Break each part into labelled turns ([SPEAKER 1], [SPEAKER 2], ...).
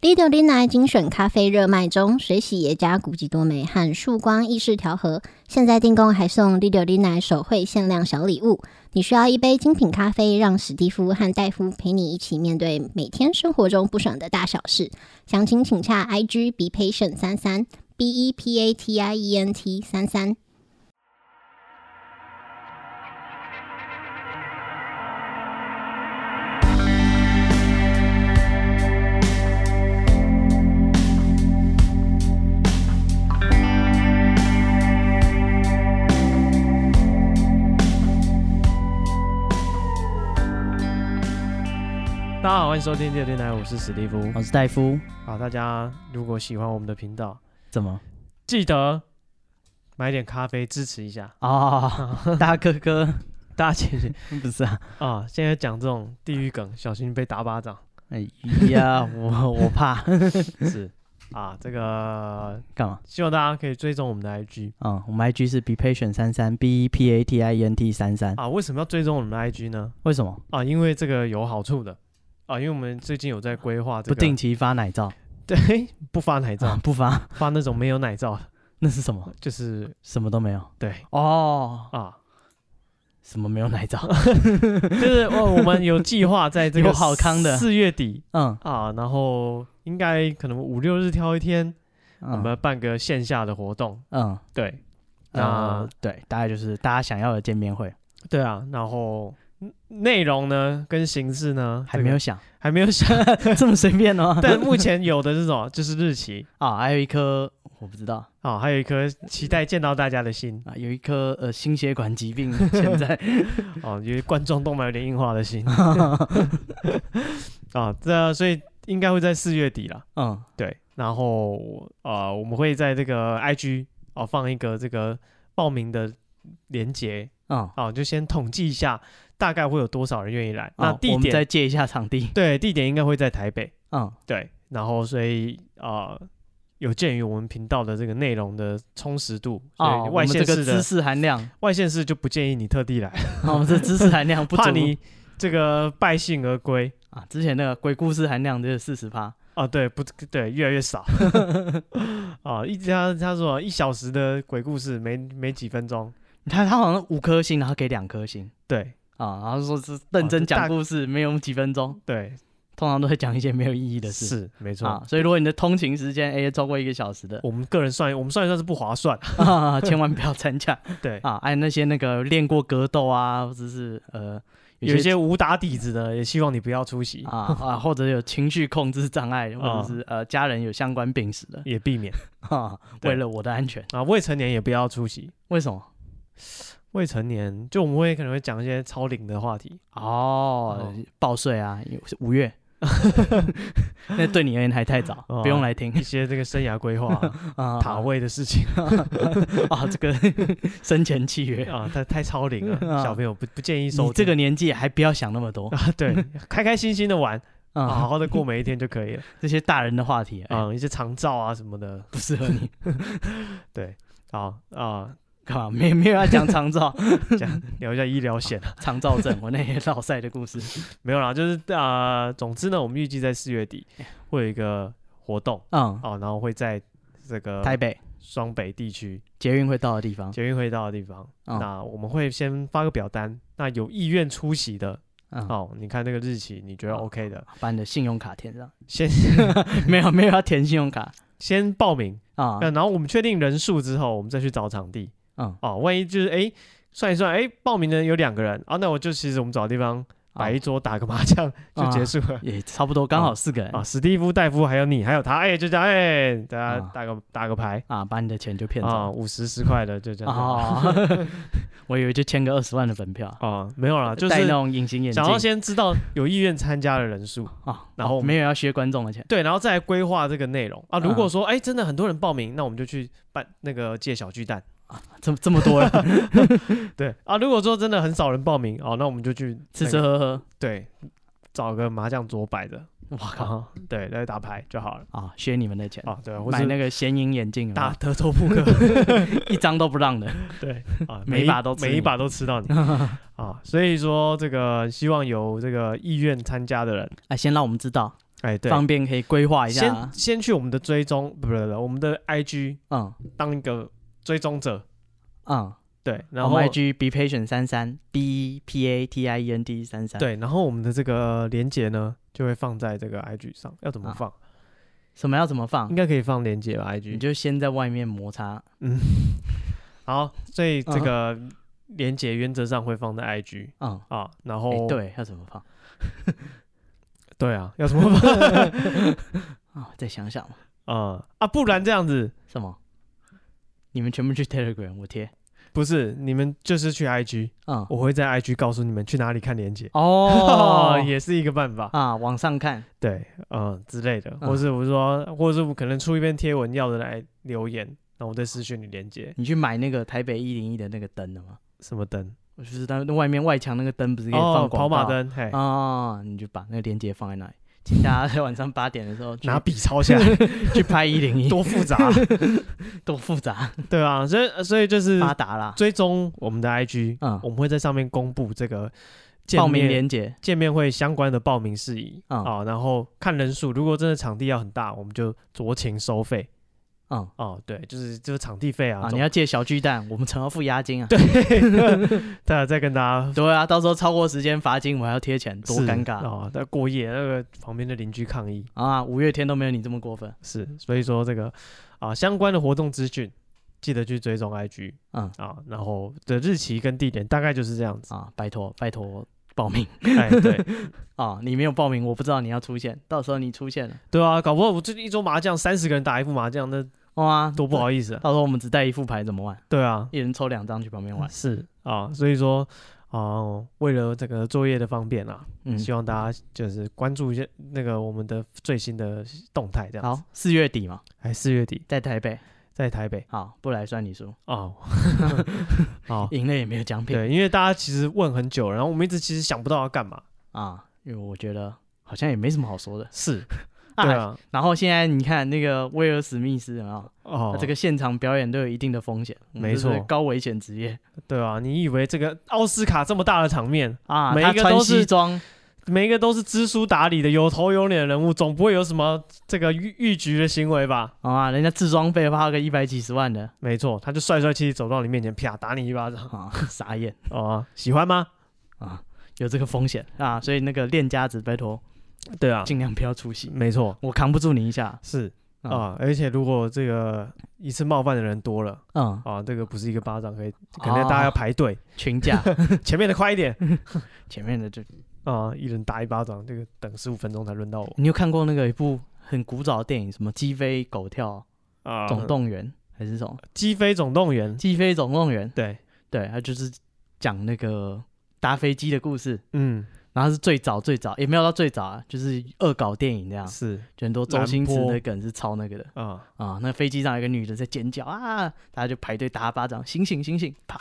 [SPEAKER 1] Lido Lina 精选咖啡热卖中，水洗耶加古籍多美和束光意式调和，现在订购还送 Lido Lina 手绘限量小礼物。你需要一杯精品咖啡，让史蒂夫和戴夫陪你一起面对每天生活中不爽的大小事。详情请洽 IG Be Patient 三三 B E P A T I E N T 三三。
[SPEAKER 2] 大家好，欢迎收听六电台，我是史蒂夫。
[SPEAKER 3] 我哦是戴夫，
[SPEAKER 2] 好，大家如果喜欢我们的频道，
[SPEAKER 3] 怎么
[SPEAKER 2] 记得买点咖啡支持一下
[SPEAKER 3] 啊？ 大哥哥，
[SPEAKER 2] 大家姐姐
[SPEAKER 3] 不是啊？
[SPEAKER 2] 啊！现在讲这种地狱梗，小心被打巴掌。
[SPEAKER 3] 哎呀，我我怕
[SPEAKER 2] 是啊，这个
[SPEAKER 3] 干嘛？
[SPEAKER 2] 希望大家可以追踪我们的 IG
[SPEAKER 3] 嗯，我们 IG 是 be patient 三三 b e p a t i e n t 三三，
[SPEAKER 2] 啊。为什么要追踪我们的 IG 呢？
[SPEAKER 3] 为什么
[SPEAKER 2] 啊，因为这个有好处的啊，因为我们最近有在规划这
[SPEAKER 3] 不
[SPEAKER 2] 个
[SPEAKER 3] 定期发奶照？
[SPEAKER 2] 对不发奶
[SPEAKER 3] 啊
[SPEAKER 2] 罩，
[SPEAKER 3] 不发，
[SPEAKER 2] 发那种没有奶罩的，
[SPEAKER 3] 那是什么？
[SPEAKER 2] 就是
[SPEAKER 3] 什么都没有
[SPEAKER 2] 对
[SPEAKER 3] 哦，
[SPEAKER 2] 啊，
[SPEAKER 3] 什么没有奶照？
[SPEAKER 2] 就是哦我我们有计划在这个
[SPEAKER 3] 有好康的
[SPEAKER 2] 四月底
[SPEAKER 3] 嗯，
[SPEAKER 2] 啊，然后应该可能五六日挑一天，
[SPEAKER 3] 我
[SPEAKER 2] 我们办个线下的活动。
[SPEAKER 3] 嗯，
[SPEAKER 2] 对，那，
[SPEAKER 3] 呃对，大概就是大家想要的见面会，
[SPEAKER 2] 对啊，然后嗯内容呢跟形式呢
[SPEAKER 3] 还
[SPEAKER 2] 这
[SPEAKER 3] 没有
[SPEAKER 2] 个
[SPEAKER 3] 想
[SPEAKER 2] 还没有想，
[SPEAKER 3] 这么随便哦。
[SPEAKER 2] 但目前有的这种就是日期
[SPEAKER 3] 啊，还有一颗我不知道
[SPEAKER 2] 啊，还有一颗期待见到大家的心
[SPEAKER 3] 啊，有一颗呃心血管 疾病，现在
[SPEAKER 2] 哦，因为冠状动脉有点硬化的心啊，这所以应该会在四月底啦。
[SPEAKER 3] 嗯
[SPEAKER 2] 对，然后呃，我们会在这个 IG 哦放一个这个报名的连接，
[SPEAKER 3] 嗯。
[SPEAKER 2] 啊，就先统计一下大概会有多少人愿意来。那
[SPEAKER 3] 啊
[SPEAKER 2] 地
[SPEAKER 3] 我们
[SPEAKER 2] 点、
[SPEAKER 3] 再借一下场地。
[SPEAKER 2] 对地点应该会在台北，
[SPEAKER 3] 嗯
[SPEAKER 2] 对，然后所以啊、呃有鉴于我们频道的这个内容的充实度，所
[SPEAKER 3] 哦，
[SPEAKER 2] 以
[SPEAKER 3] 我
[SPEAKER 2] 外
[SPEAKER 3] 们
[SPEAKER 2] 县
[SPEAKER 3] 这个
[SPEAKER 2] 市的、
[SPEAKER 3] 知识含量，
[SPEAKER 2] 外县市就不建议你特地来，
[SPEAKER 3] 哦我们这知识含量不足
[SPEAKER 2] 怕你这个败兴而归
[SPEAKER 3] 啊。之前那个鬼故事含量就是四十趴，
[SPEAKER 2] 啊。对，不对，越来越 少 啊。一他他说一小时的鬼故事没没几分钟，
[SPEAKER 3] 他他好像五颗星，然后给两颗星
[SPEAKER 2] 对
[SPEAKER 3] 啊，然后说是认真
[SPEAKER 2] 这大
[SPEAKER 3] 讲故事，没有几分钟，
[SPEAKER 2] 对
[SPEAKER 3] 通常都会讲一些没有意义的事
[SPEAKER 2] 是没错。
[SPEAKER 3] 啊。所以如果你的通勤时间哎超过一个小时的
[SPEAKER 2] 我们个人算，我们算一算是不划算，
[SPEAKER 3] 啊，千万不要参加
[SPEAKER 2] 对。
[SPEAKER 3] 啊。哎，那些那个练过格斗啊，或者是呃
[SPEAKER 2] 有一些武打底子的，也希望你不要出席，
[SPEAKER 3] 啊啊，或者有情绪控制障碍，或者是
[SPEAKER 2] 啊
[SPEAKER 3] 呃家人有相关病史的
[SPEAKER 2] 也避免
[SPEAKER 3] 啊，
[SPEAKER 2] 对
[SPEAKER 3] 为了我的安全，
[SPEAKER 2] 啊。未成年也不要出席，
[SPEAKER 3] 为什么？
[SPEAKER 2] 未成年就我们会可能会讲一些超龄的话题
[SPEAKER 3] 哦
[SPEAKER 2] 哦，
[SPEAKER 3] 报税啊，因为是五月， 那对你而言还太早，
[SPEAKER 2] 哦
[SPEAKER 3] 不用来听
[SPEAKER 2] 一些这个生涯规划啊、
[SPEAKER 3] 啊。
[SPEAKER 2] 塔位的事情
[SPEAKER 3] 啊，这 个生前契约，
[SPEAKER 2] 啊，太太超龄了，
[SPEAKER 3] 啊
[SPEAKER 2] 小朋友不不建议收
[SPEAKER 3] 你
[SPEAKER 2] 听
[SPEAKER 3] 这个年纪还不要想那么多
[SPEAKER 2] 啊， 对，开开心心的玩，啊、好
[SPEAKER 3] 啊，
[SPEAKER 2] 好的过每一天就可 以了
[SPEAKER 3] 这些大人的话题啊，哎
[SPEAKER 2] 啊，一些长照啊什么的，
[SPEAKER 3] 不适合你。
[SPEAKER 2] 对，好啊，
[SPEAKER 3] 干嘛？没没有要讲长照
[SPEAKER 2] 讲聊一下医疗险啊，
[SPEAKER 3] 长照症，我那些老赛的故事
[SPEAKER 2] 没有啦，就是啊、总之呢，我们预计在四月底
[SPEAKER 3] 哎
[SPEAKER 2] 会有一个活动
[SPEAKER 3] 嗯，
[SPEAKER 2] 啊，然后会在这个
[SPEAKER 3] 台北
[SPEAKER 2] 双北地区
[SPEAKER 3] 捷运会到的地方
[SPEAKER 2] 捷运会到的地方，
[SPEAKER 3] 嗯
[SPEAKER 2] 那我们会先发个表单，那有意愿出席的
[SPEAKER 3] 啊，
[SPEAKER 2] 哦，你看那个日期，你觉得
[SPEAKER 3] 嗯
[SPEAKER 2] OK 的，
[SPEAKER 3] 把你的信用卡填上，
[SPEAKER 2] 先
[SPEAKER 3] 没有没有要填信用卡
[SPEAKER 2] 先报名，
[SPEAKER 3] 啊
[SPEAKER 2] 那，然后我们确定人数之后，我们再去找场地
[SPEAKER 3] 嗯，
[SPEAKER 2] 哦。万一就是哎算一算，哎报名的人有两个人啊，那我就其实我们找地方摆一桌打个麻
[SPEAKER 3] 啊
[SPEAKER 2] 将就结束 了。
[SPEAKER 3] 哦也差不多，刚好四个人
[SPEAKER 2] 啊，史蒂夫、戴夫还有你，还有他，哎，就这样，哎，大家
[SPEAKER 3] 啊
[SPEAKER 2] 打个打个牌
[SPEAKER 3] 啊，把你的钱就骗走
[SPEAKER 2] 啊，。五十十块的就这样啊
[SPEAKER 3] 哦， 我以为就签个二十万的本票，
[SPEAKER 2] 啊，没有啦，就
[SPEAKER 3] 戴那
[SPEAKER 2] 是
[SPEAKER 3] 种隐形眼镜
[SPEAKER 2] 想要先知道有意愿参加的人数，
[SPEAKER 3] 啊，
[SPEAKER 2] 然后
[SPEAKER 3] 哦没有要削观众的钱
[SPEAKER 2] 对，然后再来规划这个内容啊。如
[SPEAKER 3] 嗯
[SPEAKER 2] 果说哎、真的很多人报名，那我们就去办那个借小巨蛋。
[SPEAKER 3] 这么这么多 人
[SPEAKER 2] 对啊，如果说真的很少人报名哦，那我们就去
[SPEAKER 3] 吃
[SPEAKER 2] 那
[SPEAKER 3] 吃
[SPEAKER 2] 个
[SPEAKER 3] 喝喝，
[SPEAKER 2] 对，找个麻将桌摆着，
[SPEAKER 3] 我靠
[SPEAKER 2] 啊，对，来打牌就好了
[SPEAKER 3] 啊，削你们的钱，
[SPEAKER 2] 啊。对，或
[SPEAKER 3] 买
[SPEAKER 2] 者
[SPEAKER 3] 那个显影眼镜有没有，
[SPEAKER 2] 打德州 扑克，
[SPEAKER 3] 一张都不让的，
[SPEAKER 2] 对啊，
[SPEAKER 3] 每一把都吃
[SPEAKER 2] 每一
[SPEAKER 3] 你
[SPEAKER 2] 把都吃 到你啊。所以说这个希望有这个意愿参加的人
[SPEAKER 3] 啊，先让我们知道
[SPEAKER 2] 哎，对，
[SPEAKER 3] 方便可以规划一下啊
[SPEAKER 2] 先。先去我们的追踪，不不不不，我们的 IG
[SPEAKER 3] 嗯
[SPEAKER 2] 当一个追踪者，
[SPEAKER 3] 嗯，
[SPEAKER 2] 对，然
[SPEAKER 3] 然
[SPEAKER 2] 后
[SPEAKER 3] 后 IG be patient 三三 b p a t i e n t 三三，，
[SPEAKER 2] 对，然后我们的这个连接呢就会放在这个 IG 上，要怎么
[SPEAKER 3] 啊
[SPEAKER 2] 放？
[SPEAKER 3] 什么要怎么放
[SPEAKER 2] 应？该可以放连接吧
[SPEAKER 3] 你
[SPEAKER 2] ？IG
[SPEAKER 3] 就先在外面摩擦，
[SPEAKER 2] 好，所以这
[SPEAKER 3] 嗯
[SPEAKER 2] 个连接原则上会放在 IG
[SPEAKER 3] 嗯，
[SPEAKER 2] 啊，然
[SPEAKER 3] 哎
[SPEAKER 2] 后
[SPEAKER 3] 对，要怎么放
[SPEAKER 2] 对啊，要怎么放
[SPEAKER 3] 啊？再想想嘛，
[SPEAKER 2] 啊啊？不然这样子
[SPEAKER 3] 什么？你们全部去 Telegram，我贴，
[SPEAKER 2] 不是你们就是去 IG，
[SPEAKER 3] 嗯，
[SPEAKER 2] 我会在 IG 告诉你们去哪里看连接。
[SPEAKER 3] 哦
[SPEAKER 2] 哦， ，也是一个办法，
[SPEAKER 3] 啊，往上看，
[SPEAKER 2] 对，嗯之类的，
[SPEAKER 3] 嗯
[SPEAKER 2] 或是我说，或者是我可能出一篇贴文要的来留言，然后我再私讯你连接
[SPEAKER 3] 你去买那个台北一零一的那个灯了吗？
[SPEAKER 2] 什么灯，
[SPEAKER 3] 我就是在那外面外墙那个灯，不是可以
[SPEAKER 2] 哦，
[SPEAKER 3] 放
[SPEAKER 2] 跑
[SPEAKER 3] 广告
[SPEAKER 2] 马灯，嘿，
[SPEAKER 3] 哦，你就把那个链接放在那里，请大家在晚上八点的时候去
[SPEAKER 2] 拿笔抄下来，
[SPEAKER 3] 去拍一零一，
[SPEAKER 2] 多复杂啊，
[SPEAKER 3] 多复杂，
[SPEAKER 2] 对啊，所以所以就是
[SPEAKER 3] 发达啦。
[SPEAKER 2] 追踪我们的 IG，
[SPEAKER 3] 嗯
[SPEAKER 2] 我们会在上面公布这个见
[SPEAKER 3] 报名
[SPEAKER 2] 面
[SPEAKER 3] 链接，
[SPEAKER 2] 见面会相关的报名事宜
[SPEAKER 3] 嗯
[SPEAKER 2] 啊，然后看人数，如果真的场地要很大，我们就酌情收费
[SPEAKER 3] 嗯
[SPEAKER 2] 哦，对，就是就是场地费啊
[SPEAKER 3] 啊，，
[SPEAKER 2] 总
[SPEAKER 3] 你要借小巨蛋，我们才要付押金啊。
[SPEAKER 2] 再再跟大家
[SPEAKER 3] 对啊，到时候超过时间罚金，我还要贴钱，多
[SPEAKER 2] 是
[SPEAKER 3] 尴尬
[SPEAKER 2] 哦！那过夜，那个旁边的邻居抗议
[SPEAKER 3] 啊！五月天都没有你这么过分。
[SPEAKER 2] 是，所以说这个啊相关的活动资讯，记得去追踪 IG
[SPEAKER 3] 嗯
[SPEAKER 2] 啊，然后的日期跟地点大概就是这样子。
[SPEAKER 3] 啊，拜托拜托报名
[SPEAKER 2] 哎，对
[SPEAKER 3] 啊！你没有报名，我不知道你要出现，到时候你出现了，
[SPEAKER 2] 对啊，搞不好我最近一桌麻将三十个人打一副麻将，那
[SPEAKER 3] 哇，
[SPEAKER 2] 多不好意思啊。
[SPEAKER 3] 到时候我们只带一副牌怎么玩？
[SPEAKER 2] 对啊，
[SPEAKER 3] 一人抽两张去旁边玩。
[SPEAKER 2] 是啊，所以说哦、为了这个作业的方便啊，
[SPEAKER 3] 嗯，
[SPEAKER 2] 希望大家就是关注一下那个我们的最新的动态，这样子。
[SPEAKER 3] 好，四月底嘛，
[SPEAKER 2] 哎，四月底
[SPEAKER 3] 在台北。
[SPEAKER 2] 在台北
[SPEAKER 3] 好，不来算你输，
[SPEAKER 2] 哦， 好，
[SPEAKER 3] 赢了也没有奖品
[SPEAKER 2] 对，因为大家其实问很久，然后我们一直其实想不到要干嘛。
[SPEAKER 3] 啊，因为我觉得好像也没什么好说的
[SPEAKER 2] 是，
[SPEAKER 3] 啊。
[SPEAKER 2] 对啊，
[SPEAKER 3] 然后现在你看那个威尔史密斯啊，
[SPEAKER 2] 哦
[SPEAKER 3] 他，这个现场表演都有一定的风险，我们
[SPEAKER 2] 没
[SPEAKER 3] 这是
[SPEAKER 2] 错
[SPEAKER 3] 高危险职业
[SPEAKER 2] 对啊，你以为这个奥斯卡这么大的场面，
[SPEAKER 3] 啊。
[SPEAKER 2] 每一
[SPEAKER 3] 他
[SPEAKER 2] 个
[SPEAKER 3] 穿
[SPEAKER 2] 都是
[SPEAKER 3] 西装，
[SPEAKER 2] 每一个都是知书达理的、有头有脸的人物，总不会有什么这个逾逾矩的行为吧？
[SPEAKER 3] 好啊，人家自装费花个一百几十万的
[SPEAKER 2] 没错，他就帅帅气气走到你面前，啪打你一巴 掌。
[SPEAKER 3] 啊，傻眼
[SPEAKER 2] 哦啊、喜欢吗？
[SPEAKER 3] 啊，有这个风险啊，所以那个练家子拜托
[SPEAKER 2] 对啊，
[SPEAKER 3] 尽量不要出席，
[SPEAKER 2] 没错，
[SPEAKER 3] 我扛不住你一下。
[SPEAKER 2] 是啊、
[SPEAKER 3] 啊
[SPEAKER 2] 而且如果这个一次冒犯的人多了
[SPEAKER 3] 嗯，
[SPEAKER 2] 啊，这个不是一个巴掌可以，可能大家要排 队，
[SPEAKER 3] 群 架
[SPEAKER 2] 前面的快一点
[SPEAKER 3] 前面的就，
[SPEAKER 2] 啊，一人打一巴掌，这个等十五分钟才轮到我。
[SPEAKER 3] 你有看过那个一部很古早的电影，什么《鸡飞狗跳
[SPEAKER 2] 啊，
[SPEAKER 3] 总动员》还是什么？
[SPEAKER 2] 击飞总动员，
[SPEAKER 3] 《鸡飞总动员》
[SPEAKER 2] 对，
[SPEAKER 3] 对，他就是讲那个搭飞机的故事，
[SPEAKER 2] 嗯，
[SPEAKER 3] 然后是最早最早，也没有到最早啊，就是恶搞电影这样，
[SPEAKER 2] 是
[SPEAKER 3] 就很多周星驰
[SPEAKER 2] 蓝波
[SPEAKER 3] 的梗是抄那个的
[SPEAKER 2] 啊，
[SPEAKER 3] 啊。那飞机上有一个女的在尖叫啊，大家就排队打她巴掌，醒醒醒醒， 啪，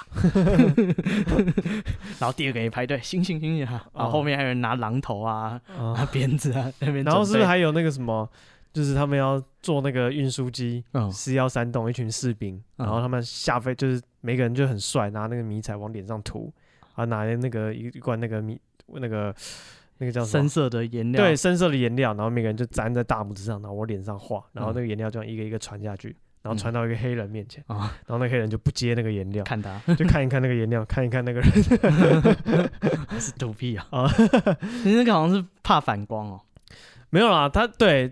[SPEAKER 3] 然后第二个也排队，醒醒醒醒啊，
[SPEAKER 2] 哦
[SPEAKER 3] 然后后面还有人拿榔头啊、
[SPEAKER 2] 啊
[SPEAKER 3] 拿鞭子 啊那边准备，
[SPEAKER 2] 然后是不是还有那个什么，就是他们要坐那个运输机
[SPEAKER 3] 嗯
[SPEAKER 2] 四幺三栋，一群士兵，
[SPEAKER 3] 嗯
[SPEAKER 2] 然后他们下飞就是每个人就很帅，拿那个迷彩往脸上涂，啊，拿那个一一罐那个米那个那个叫什
[SPEAKER 3] 深
[SPEAKER 2] 么？
[SPEAKER 3] 色的颜料？
[SPEAKER 2] 对，深色的颜料，然后每个人就粘在大拇指上，然后我脸上画，
[SPEAKER 3] 嗯
[SPEAKER 2] 然后那个颜料这样一个一个传下去，然后传到一个黑人面前，
[SPEAKER 3] 啊，
[SPEAKER 2] 然后那个黑人就不接那个颜料，
[SPEAKER 3] 嗯看他
[SPEAKER 2] 就看一看那个颜料，看一看那个人，
[SPEAKER 3] 是毒屁啊
[SPEAKER 2] 啊！
[SPEAKER 3] 你那个好像是怕反光哦。
[SPEAKER 2] 没有啦，他对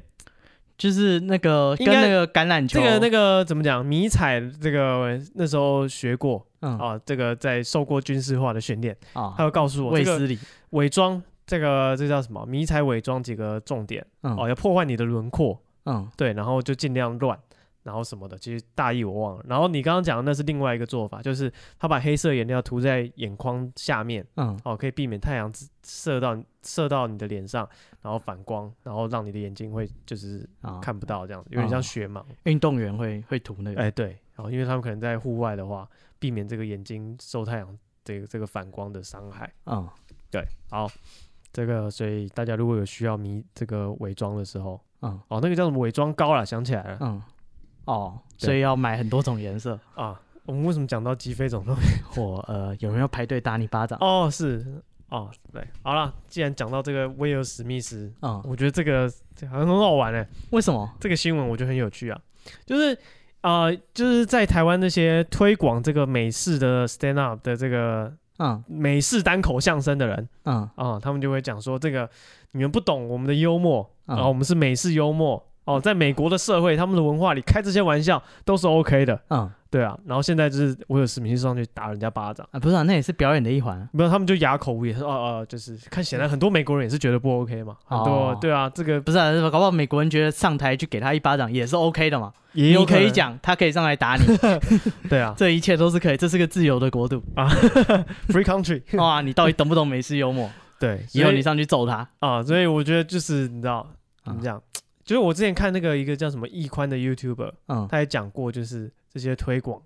[SPEAKER 3] 就是那个
[SPEAKER 2] 应
[SPEAKER 3] 跟
[SPEAKER 2] 该
[SPEAKER 3] 那个橄榄球，
[SPEAKER 2] 这个那个怎么讲？迷彩这个那时候学过
[SPEAKER 3] 嗯
[SPEAKER 2] 啊，这个在受过军事化的训练，他
[SPEAKER 3] 啊，
[SPEAKER 2] 有告诉我
[SPEAKER 3] 卫
[SPEAKER 2] 这个
[SPEAKER 3] 斯理，
[SPEAKER 2] 伪装，这个这叫什么？迷彩伪装几个重点哦，
[SPEAKER 3] 嗯
[SPEAKER 2] 要破坏你的轮廓，
[SPEAKER 3] 嗯
[SPEAKER 2] 对，然后就尽量乱，然后什么的，其实大意我忘了。然后你刚刚讲的那是另外一个做法，就是他把黑色颜料涂在眼眶下面，
[SPEAKER 3] 嗯
[SPEAKER 2] 哦，可以避免太阳射到射到你的脸上，然后反光，然后让你的眼睛会就是
[SPEAKER 3] 啊，
[SPEAKER 2] 看不到这样子，有点像
[SPEAKER 3] 哦
[SPEAKER 2] 雪盲。
[SPEAKER 3] 运动员会会涂那
[SPEAKER 2] 哎、
[SPEAKER 3] 个，
[SPEAKER 2] 对，然、后因为他们可能在户外的话，避免这个眼睛受太阳这个这个反光的伤害。
[SPEAKER 3] 嗯
[SPEAKER 2] 对，好，这个所以大家如果有需要迷这个伪装的时候，
[SPEAKER 3] 嗯
[SPEAKER 2] 哦，那个叫什么伪装膏啦，想起来了、
[SPEAKER 3] 嗯，哦，
[SPEAKER 2] 对
[SPEAKER 3] 所以要买很多种颜 色。
[SPEAKER 2] 啊。我们为什么讲到鸡飞总动员？
[SPEAKER 3] 或呃，有人要排队打你巴掌？
[SPEAKER 2] 哦，是哦，对，好了，既然讲到这个威尔史密斯，
[SPEAKER 3] 嗯，
[SPEAKER 2] 我觉得这个这好像很好玩哎、
[SPEAKER 3] 为什么？
[SPEAKER 2] 这个新闻我觉得很有趣啊，就是啊、呃就是在台湾那些推广这个美式的 stand up 的这个
[SPEAKER 3] 嗯
[SPEAKER 2] 美式单口相声的人
[SPEAKER 3] 嗯
[SPEAKER 2] 啊、他们就会讲说这个你们不懂我们的幽默啊、
[SPEAKER 3] 嗯
[SPEAKER 2] 我们是美式幽默哦，在美国的社会，他们的文化里开这些玩笑都是 OK 的，
[SPEAKER 3] 嗯
[SPEAKER 2] 对啊，然后现在就是我有史密斯上去打人家巴掌。
[SPEAKER 3] 啊，不是啊，那也是表演的一环啊。
[SPEAKER 2] 没有，他们就哑口无言。说哦哦，就是看，显然很多美国人也是觉得不 OK 嘛，很多、
[SPEAKER 3] 哦
[SPEAKER 2] 对啊，这个
[SPEAKER 3] 不是啊，搞不好美国人觉得上台去给他一巴掌也是 OK 的嘛。
[SPEAKER 2] 也有
[SPEAKER 3] 你可以
[SPEAKER 2] 能，
[SPEAKER 3] 讲，他可以上来打你，
[SPEAKER 2] 对啊
[SPEAKER 3] 这一切都是可以，这是个自由的 国度。
[SPEAKER 2] ，Free Country，
[SPEAKER 3] 哇，你到底懂不懂美式幽默？
[SPEAKER 2] 对，
[SPEAKER 3] 以后
[SPEAKER 2] 所嗯
[SPEAKER 3] 你上去揍他。
[SPEAKER 2] 啊，所以我觉得就是你知道怎么
[SPEAKER 3] 啊
[SPEAKER 2] 讲，就是我之前看那个一个叫什么易宽的 YouTuber，
[SPEAKER 3] 嗯
[SPEAKER 2] 他也讲过，就是这些推广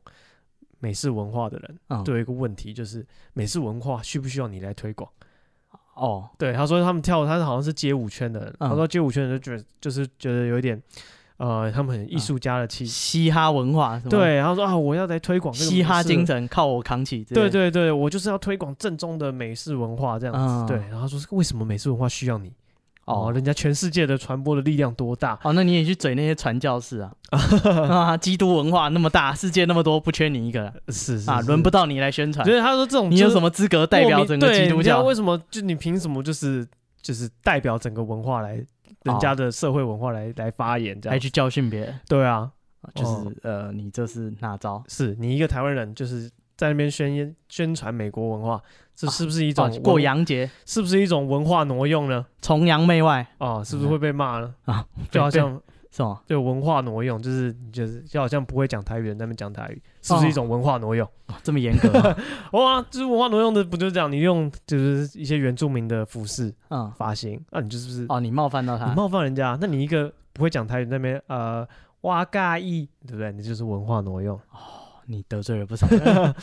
[SPEAKER 2] 美式文化的人，
[SPEAKER 3] 嗯，
[SPEAKER 2] 都有一个问题，就是美式文化需不需要你来推广？
[SPEAKER 3] 哦，
[SPEAKER 2] 对，他说他们跳，他好像是街舞圈的人，
[SPEAKER 3] 嗯
[SPEAKER 2] 他说街舞圈的人就觉得就是觉得有一点，呃，他们很艺术家的气息。
[SPEAKER 3] 嘻哈文化什么？，
[SPEAKER 2] 对，然后说啊，我要来推广这个
[SPEAKER 3] 嗯嘻哈
[SPEAKER 2] 美式
[SPEAKER 3] 精神靠我扛起之类
[SPEAKER 2] 对
[SPEAKER 3] 的。
[SPEAKER 2] 对对，我就是要推广正宗的美式文化这样子。
[SPEAKER 3] 嗯
[SPEAKER 2] 对，然后他说为什么美式文化需要你？哦，
[SPEAKER 3] 哦
[SPEAKER 2] 人家全世界的传播的力量多大？
[SPEAKER 3] 哦，那你也去嘴那些传教士 啊啊！基督文化那么大，世界那么多，不缺你 一个
[SPEAKER 2] 呃是是
[SPEAKER 3] 啊，轮不。到你来宣传
[SPEAKER 2] 所。以他说这种
[SPEAKER 3] 你有什
[SPEAKER 2] 么
[SPEAKER 3] 么资格代表整个基督教
[SPEAKER 2] 为？什么？就你凭什么就是就是代表整个文化来人家的社会文化来来发言这
[SPEAKER 3] 还
[SPEAKER 2] 样？
[SPEAKER 3] 去教训别人？
[SPEAKER 2] 对啊，
[SPEAKER 3] 就
[SPEAKER 2] 哦
[SPEAKER 3] 是呃，你这是哪招？
[SPEAKER 2] 是你一个台湾人就是。在那边宣言宣传美国文化，这
[SPEAKER 3] 啊
[SPEAKER 2] 是不是一种
[SPEAKER 3] 哦
[SPEAKER 2] 文、
[SPEAKER 3] 过洋节，
[SPEAKER 2] 是不是一种文化挪用呢？
[SPEAKER 3] 崇洋媚外
[SPEAKER 2] 啊，是不是会被骂呢？
[SPEAKER 3] 嗯 啊，
[SPEAKER 2] 就好
[SPEAKER 3] 被
[SPEAKER 2] 像
[SPEAKER 3] 是吗？
[SPEAKER 2] 对文化挪用，就是你就是就好像不会讲台语的人在那边讲台语，是不是一种文化挪用？
[SPEAKER 3] 哦 这么严格啊？
[SPEAKER 2] 哇、就是文化挪用的不就是这样？你用就是一些原住民的服饰
[SPEAKER 3] 嗯，
[SPEAKER 2] 发型，那、你就是不是、
[SPEAKER 3] 哦，你冒犯到
[SPEAKER 2] 你
[SPEAKER 3] 他，
[SPEAKER 2] 冒犯人家？那你一个不会讲台语那边呃哇嘎一，对不对？你就是文化挪用。
[SPEAKER 3] 你得罪了不少 人。
[SPEAKER 2] 对啊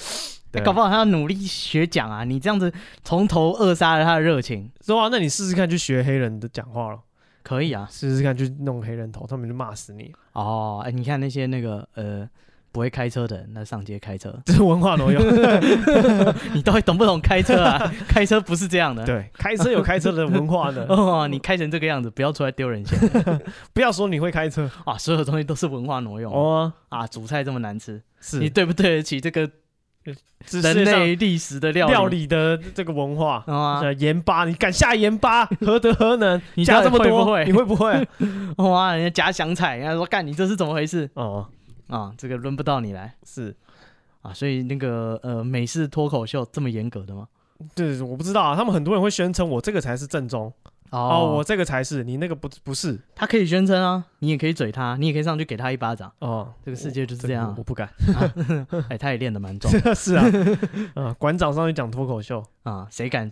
[SPEAKER 3] 哎搞不好他要努力学讲啊！你这样子从头扼杀了他的热情，
[SPEAKER 2] 说啊，那你试试看去学黑人的讲话了，
[SPEAKER 3] 可以啊。
[SPEAKER 2] 试试看去弄黑人头，他们就骂死你，
[SPEAKER 3] 哦，哎，你看那些那个呃不会开车的人，那上街开车，
[SPEAKER 2] 这是文化挪用。
[SPEAKER 3] 你到底懂不懂开车啊？ 开车不是这样的。
[SPEAKER 2] 对，开车有开车的文化 呢，
[SPEAKER 3] 哦，你开成这个样子，不要出来丢人现眼
[SPEAKER 2] 不要说你会开车
[SPEAKER 3] 啊！所有东西都是文化挪用、
[SPEAKER 2] 哦，
[SPEAKER 3] 啊！主菜这么难吃，
[SPEAKER 2] 是
[SPEAKER 3] 你对不对得起这个
[SPEAKER 2] 是世
[SPEAKER 3] 人
[SPEAKER 2] 界上
[SPEAKER 3] 类历史的料
[SPEAKER 2] 料理的这个文化。
[SPEAKER 3] 啊？
[SPEAKER 2] 呃，盐巴，你敢下盐 巴，何德何能？
[SPEAKER 3] 你
[SPEAKER 2] 加这
[SPEAKER 3] 到
[SPEAKER 2] 么
[SPEAKER 3] 底会
[SPEAKER 2] 多，
[SPEAKER 3] 不会
[SPEAKER 2] 你会不 会？
[SPEAKER 3] 哇，哦啊人家夹香菜，人家说干你这是怎么回事
[SPEAKER 2] 哦，
[SPEAKER 3] 啊？这个轮不到你来
[SPEAKER 2] 是，
[SPEAKER 3] 啊！所以那个呃美式脱口秀这么严格的吗？
[SPEAKER 2] 对，我不知道啊。他们很多人会宣称我这个才是正宗，
[SPEAKER 3] 哦
[SPEAKER 2] 哦，我这个才是，你那个不不是，
[SPEAKER 3] 他可以宣称啊，你也可以嘴他，你也可以上去给他一巴掌。
[SPEAKER 2] 哦，
[SPEAKER 3] 这个世界就是这样
[SPEAKER 2] 我我不 敢。
[SPEAKER 3] 啊，哎，他也练得蛮 重
[SPEAKER 2] 是啊，啊，馆长上去讲脱口秀，
[SPEAKER 3] 啊，谁敢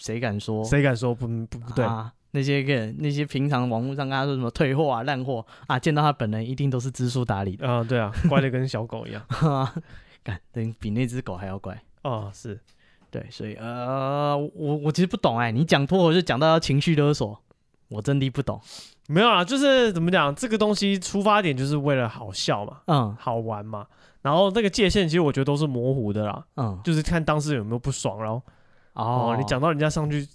[SPEAKER 3] 谁敢说？
[SPEAKER 2] 谁敢说不不不对？
[SPEAKER 3] 哦啊，那些个那些平常网络上跟他说什么退货啊、烂货啊，见到他本人一定都是知书达理的，
[SPEAKER 2] 啊，对啊，乖的跟小狗一样。
[SPEAKER 3] 干，等比那只狗还要乖。
[SPEAKER 2] 哦，是，
[SPEAKER 3] 对，所以呃，我我其实不懂哎、你讲脱口秀讲到要情绪勒索，我真的不懂。
[SPEAKER 2] 没有啊，就是怎么讲，这个东西出发点就是为了好笑嘛，
[SPEAKER 3] 嗯
[SPEAKER 2] 好玩嘛。然后那个界限其实我觉得都是模糊的啦，
[SPEAKER 3] 嗯，
[SPEAKER 2] 就是看当事人有没有不爽，然后哦，你讲到人家上去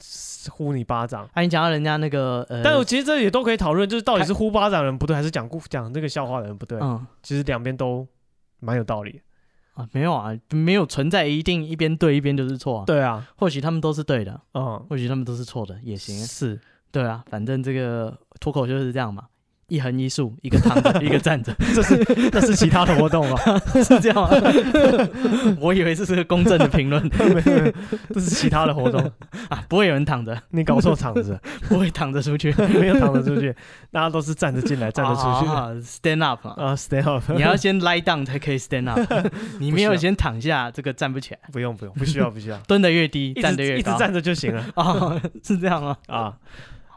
[SPEAKER 2] 呼你巴掌，
[SPEAKER 3] 啊，你讲到人家那个呃，
[SPEAKER 2] 但我其实这也都可以讨论，就是到底是呼巴掌的人不对，还是讲故讲这个笑话的人不对？
[SPEAKER 3] 嗯
[SPEAKER 2] 其实两边都蛮有道理。
[SPEAKER 3] 啊没有啊，没有存在一定一边对一边就是错、啊，
[SPEAKER 2] 对啊，
[SPEAKER 3] 或许他们都是对的，
[SPEAKER 2] 嗯，
[SPEAKER 3] 或许他们都是错的也行。
[SPEAKER 2] 是
[SPEAKER 3] 对啊，反正这个脱口秀就是这样嘛，一横一竖，一个躺 着，一个站着。
[SPEAKER 2] 这是这是其他的活动吧？
[SPEAKER 3] 是这样吗？我以为这是个公正的评论
[SPEAKER 2] 没有没有这是其他的活动，
[SPEAKER 3] 啊，不会有人躺着，
[SPEAKER 2] 你搞错场子，
[SPEAKER 3] 不会躺着出去，
[SPEAKER 2] 没有躺着出去，大家都是站着进 来，站着出去
[SPEAKER 3] 啊啊啊 stand up 嘛。
[SPEAKER 2] 啊。Stand up，
[SPEAKER 3] 你要先 lie down 才可以 stand up，你 没
[SPEAKER 2] 不
[SPEAKER 3] 有
[SPEAKER 2] 需要
[SPEAKER 3] 先躺下，这个站不起来，
[SPEAKER 2] 不用不用，不需要不需 要，
[SPEAKER 3] 蹲得越低，
[SPEAKER 2] 一
[SPEAKER 3] 站得
[SPEAKER 2] 直
[SPEAKER 3] 越
[SPEAKER 2] 一直
[SPEAKER 3] 高。
[SPEAKER 2] 站着就行了
[SPEAKER 3] 哦， 是这样 吗？
[SPEAKER 2] 啊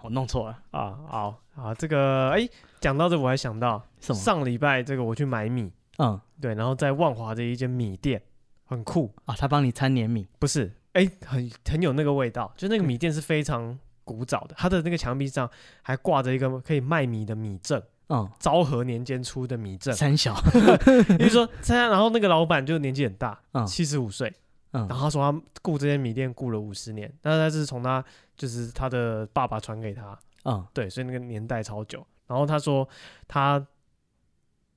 [SPEAKER 3] 我弄错了，
[SPEAKER 2] 啊好啊，这个哎，讲到这我还想到
[SPEAKER 3] 什么？
[SPEAKER 2] 上礼拜这个我去买米。
[SPEAKER 3] 嗯，
[SPEAKER 2] 对，然后在万华的一间米店，很酷，
[SPEAKER 3] 啊，他帮你掺黏米，
[SPEAKER 2] 不是？哎，很很有那个味道，就那个米店是非常古早的，它的那个墙壁上还挂着一个可以卖米的米证，
[SPEAKER 3] 嗯，
[SPEAKER 2] 昭和年间出的米证。
[SPEAKER 3] 三小，
[SPEAKER 2] 比如说，参加然后那个老板就年纪很大，
[SPEAKER 3] 嗯
[SPEAKER 2] 七十五岁，
[SPEAKER 3] 嗯
[SPEAKER 2] 然后他说他雇这间米店雇了五十年，但是他是从他就是他的爸爸传给他，
[SPEAKER 3] 嗯
[SPEAKER 2] 对，所以那个年代超久。然后他说他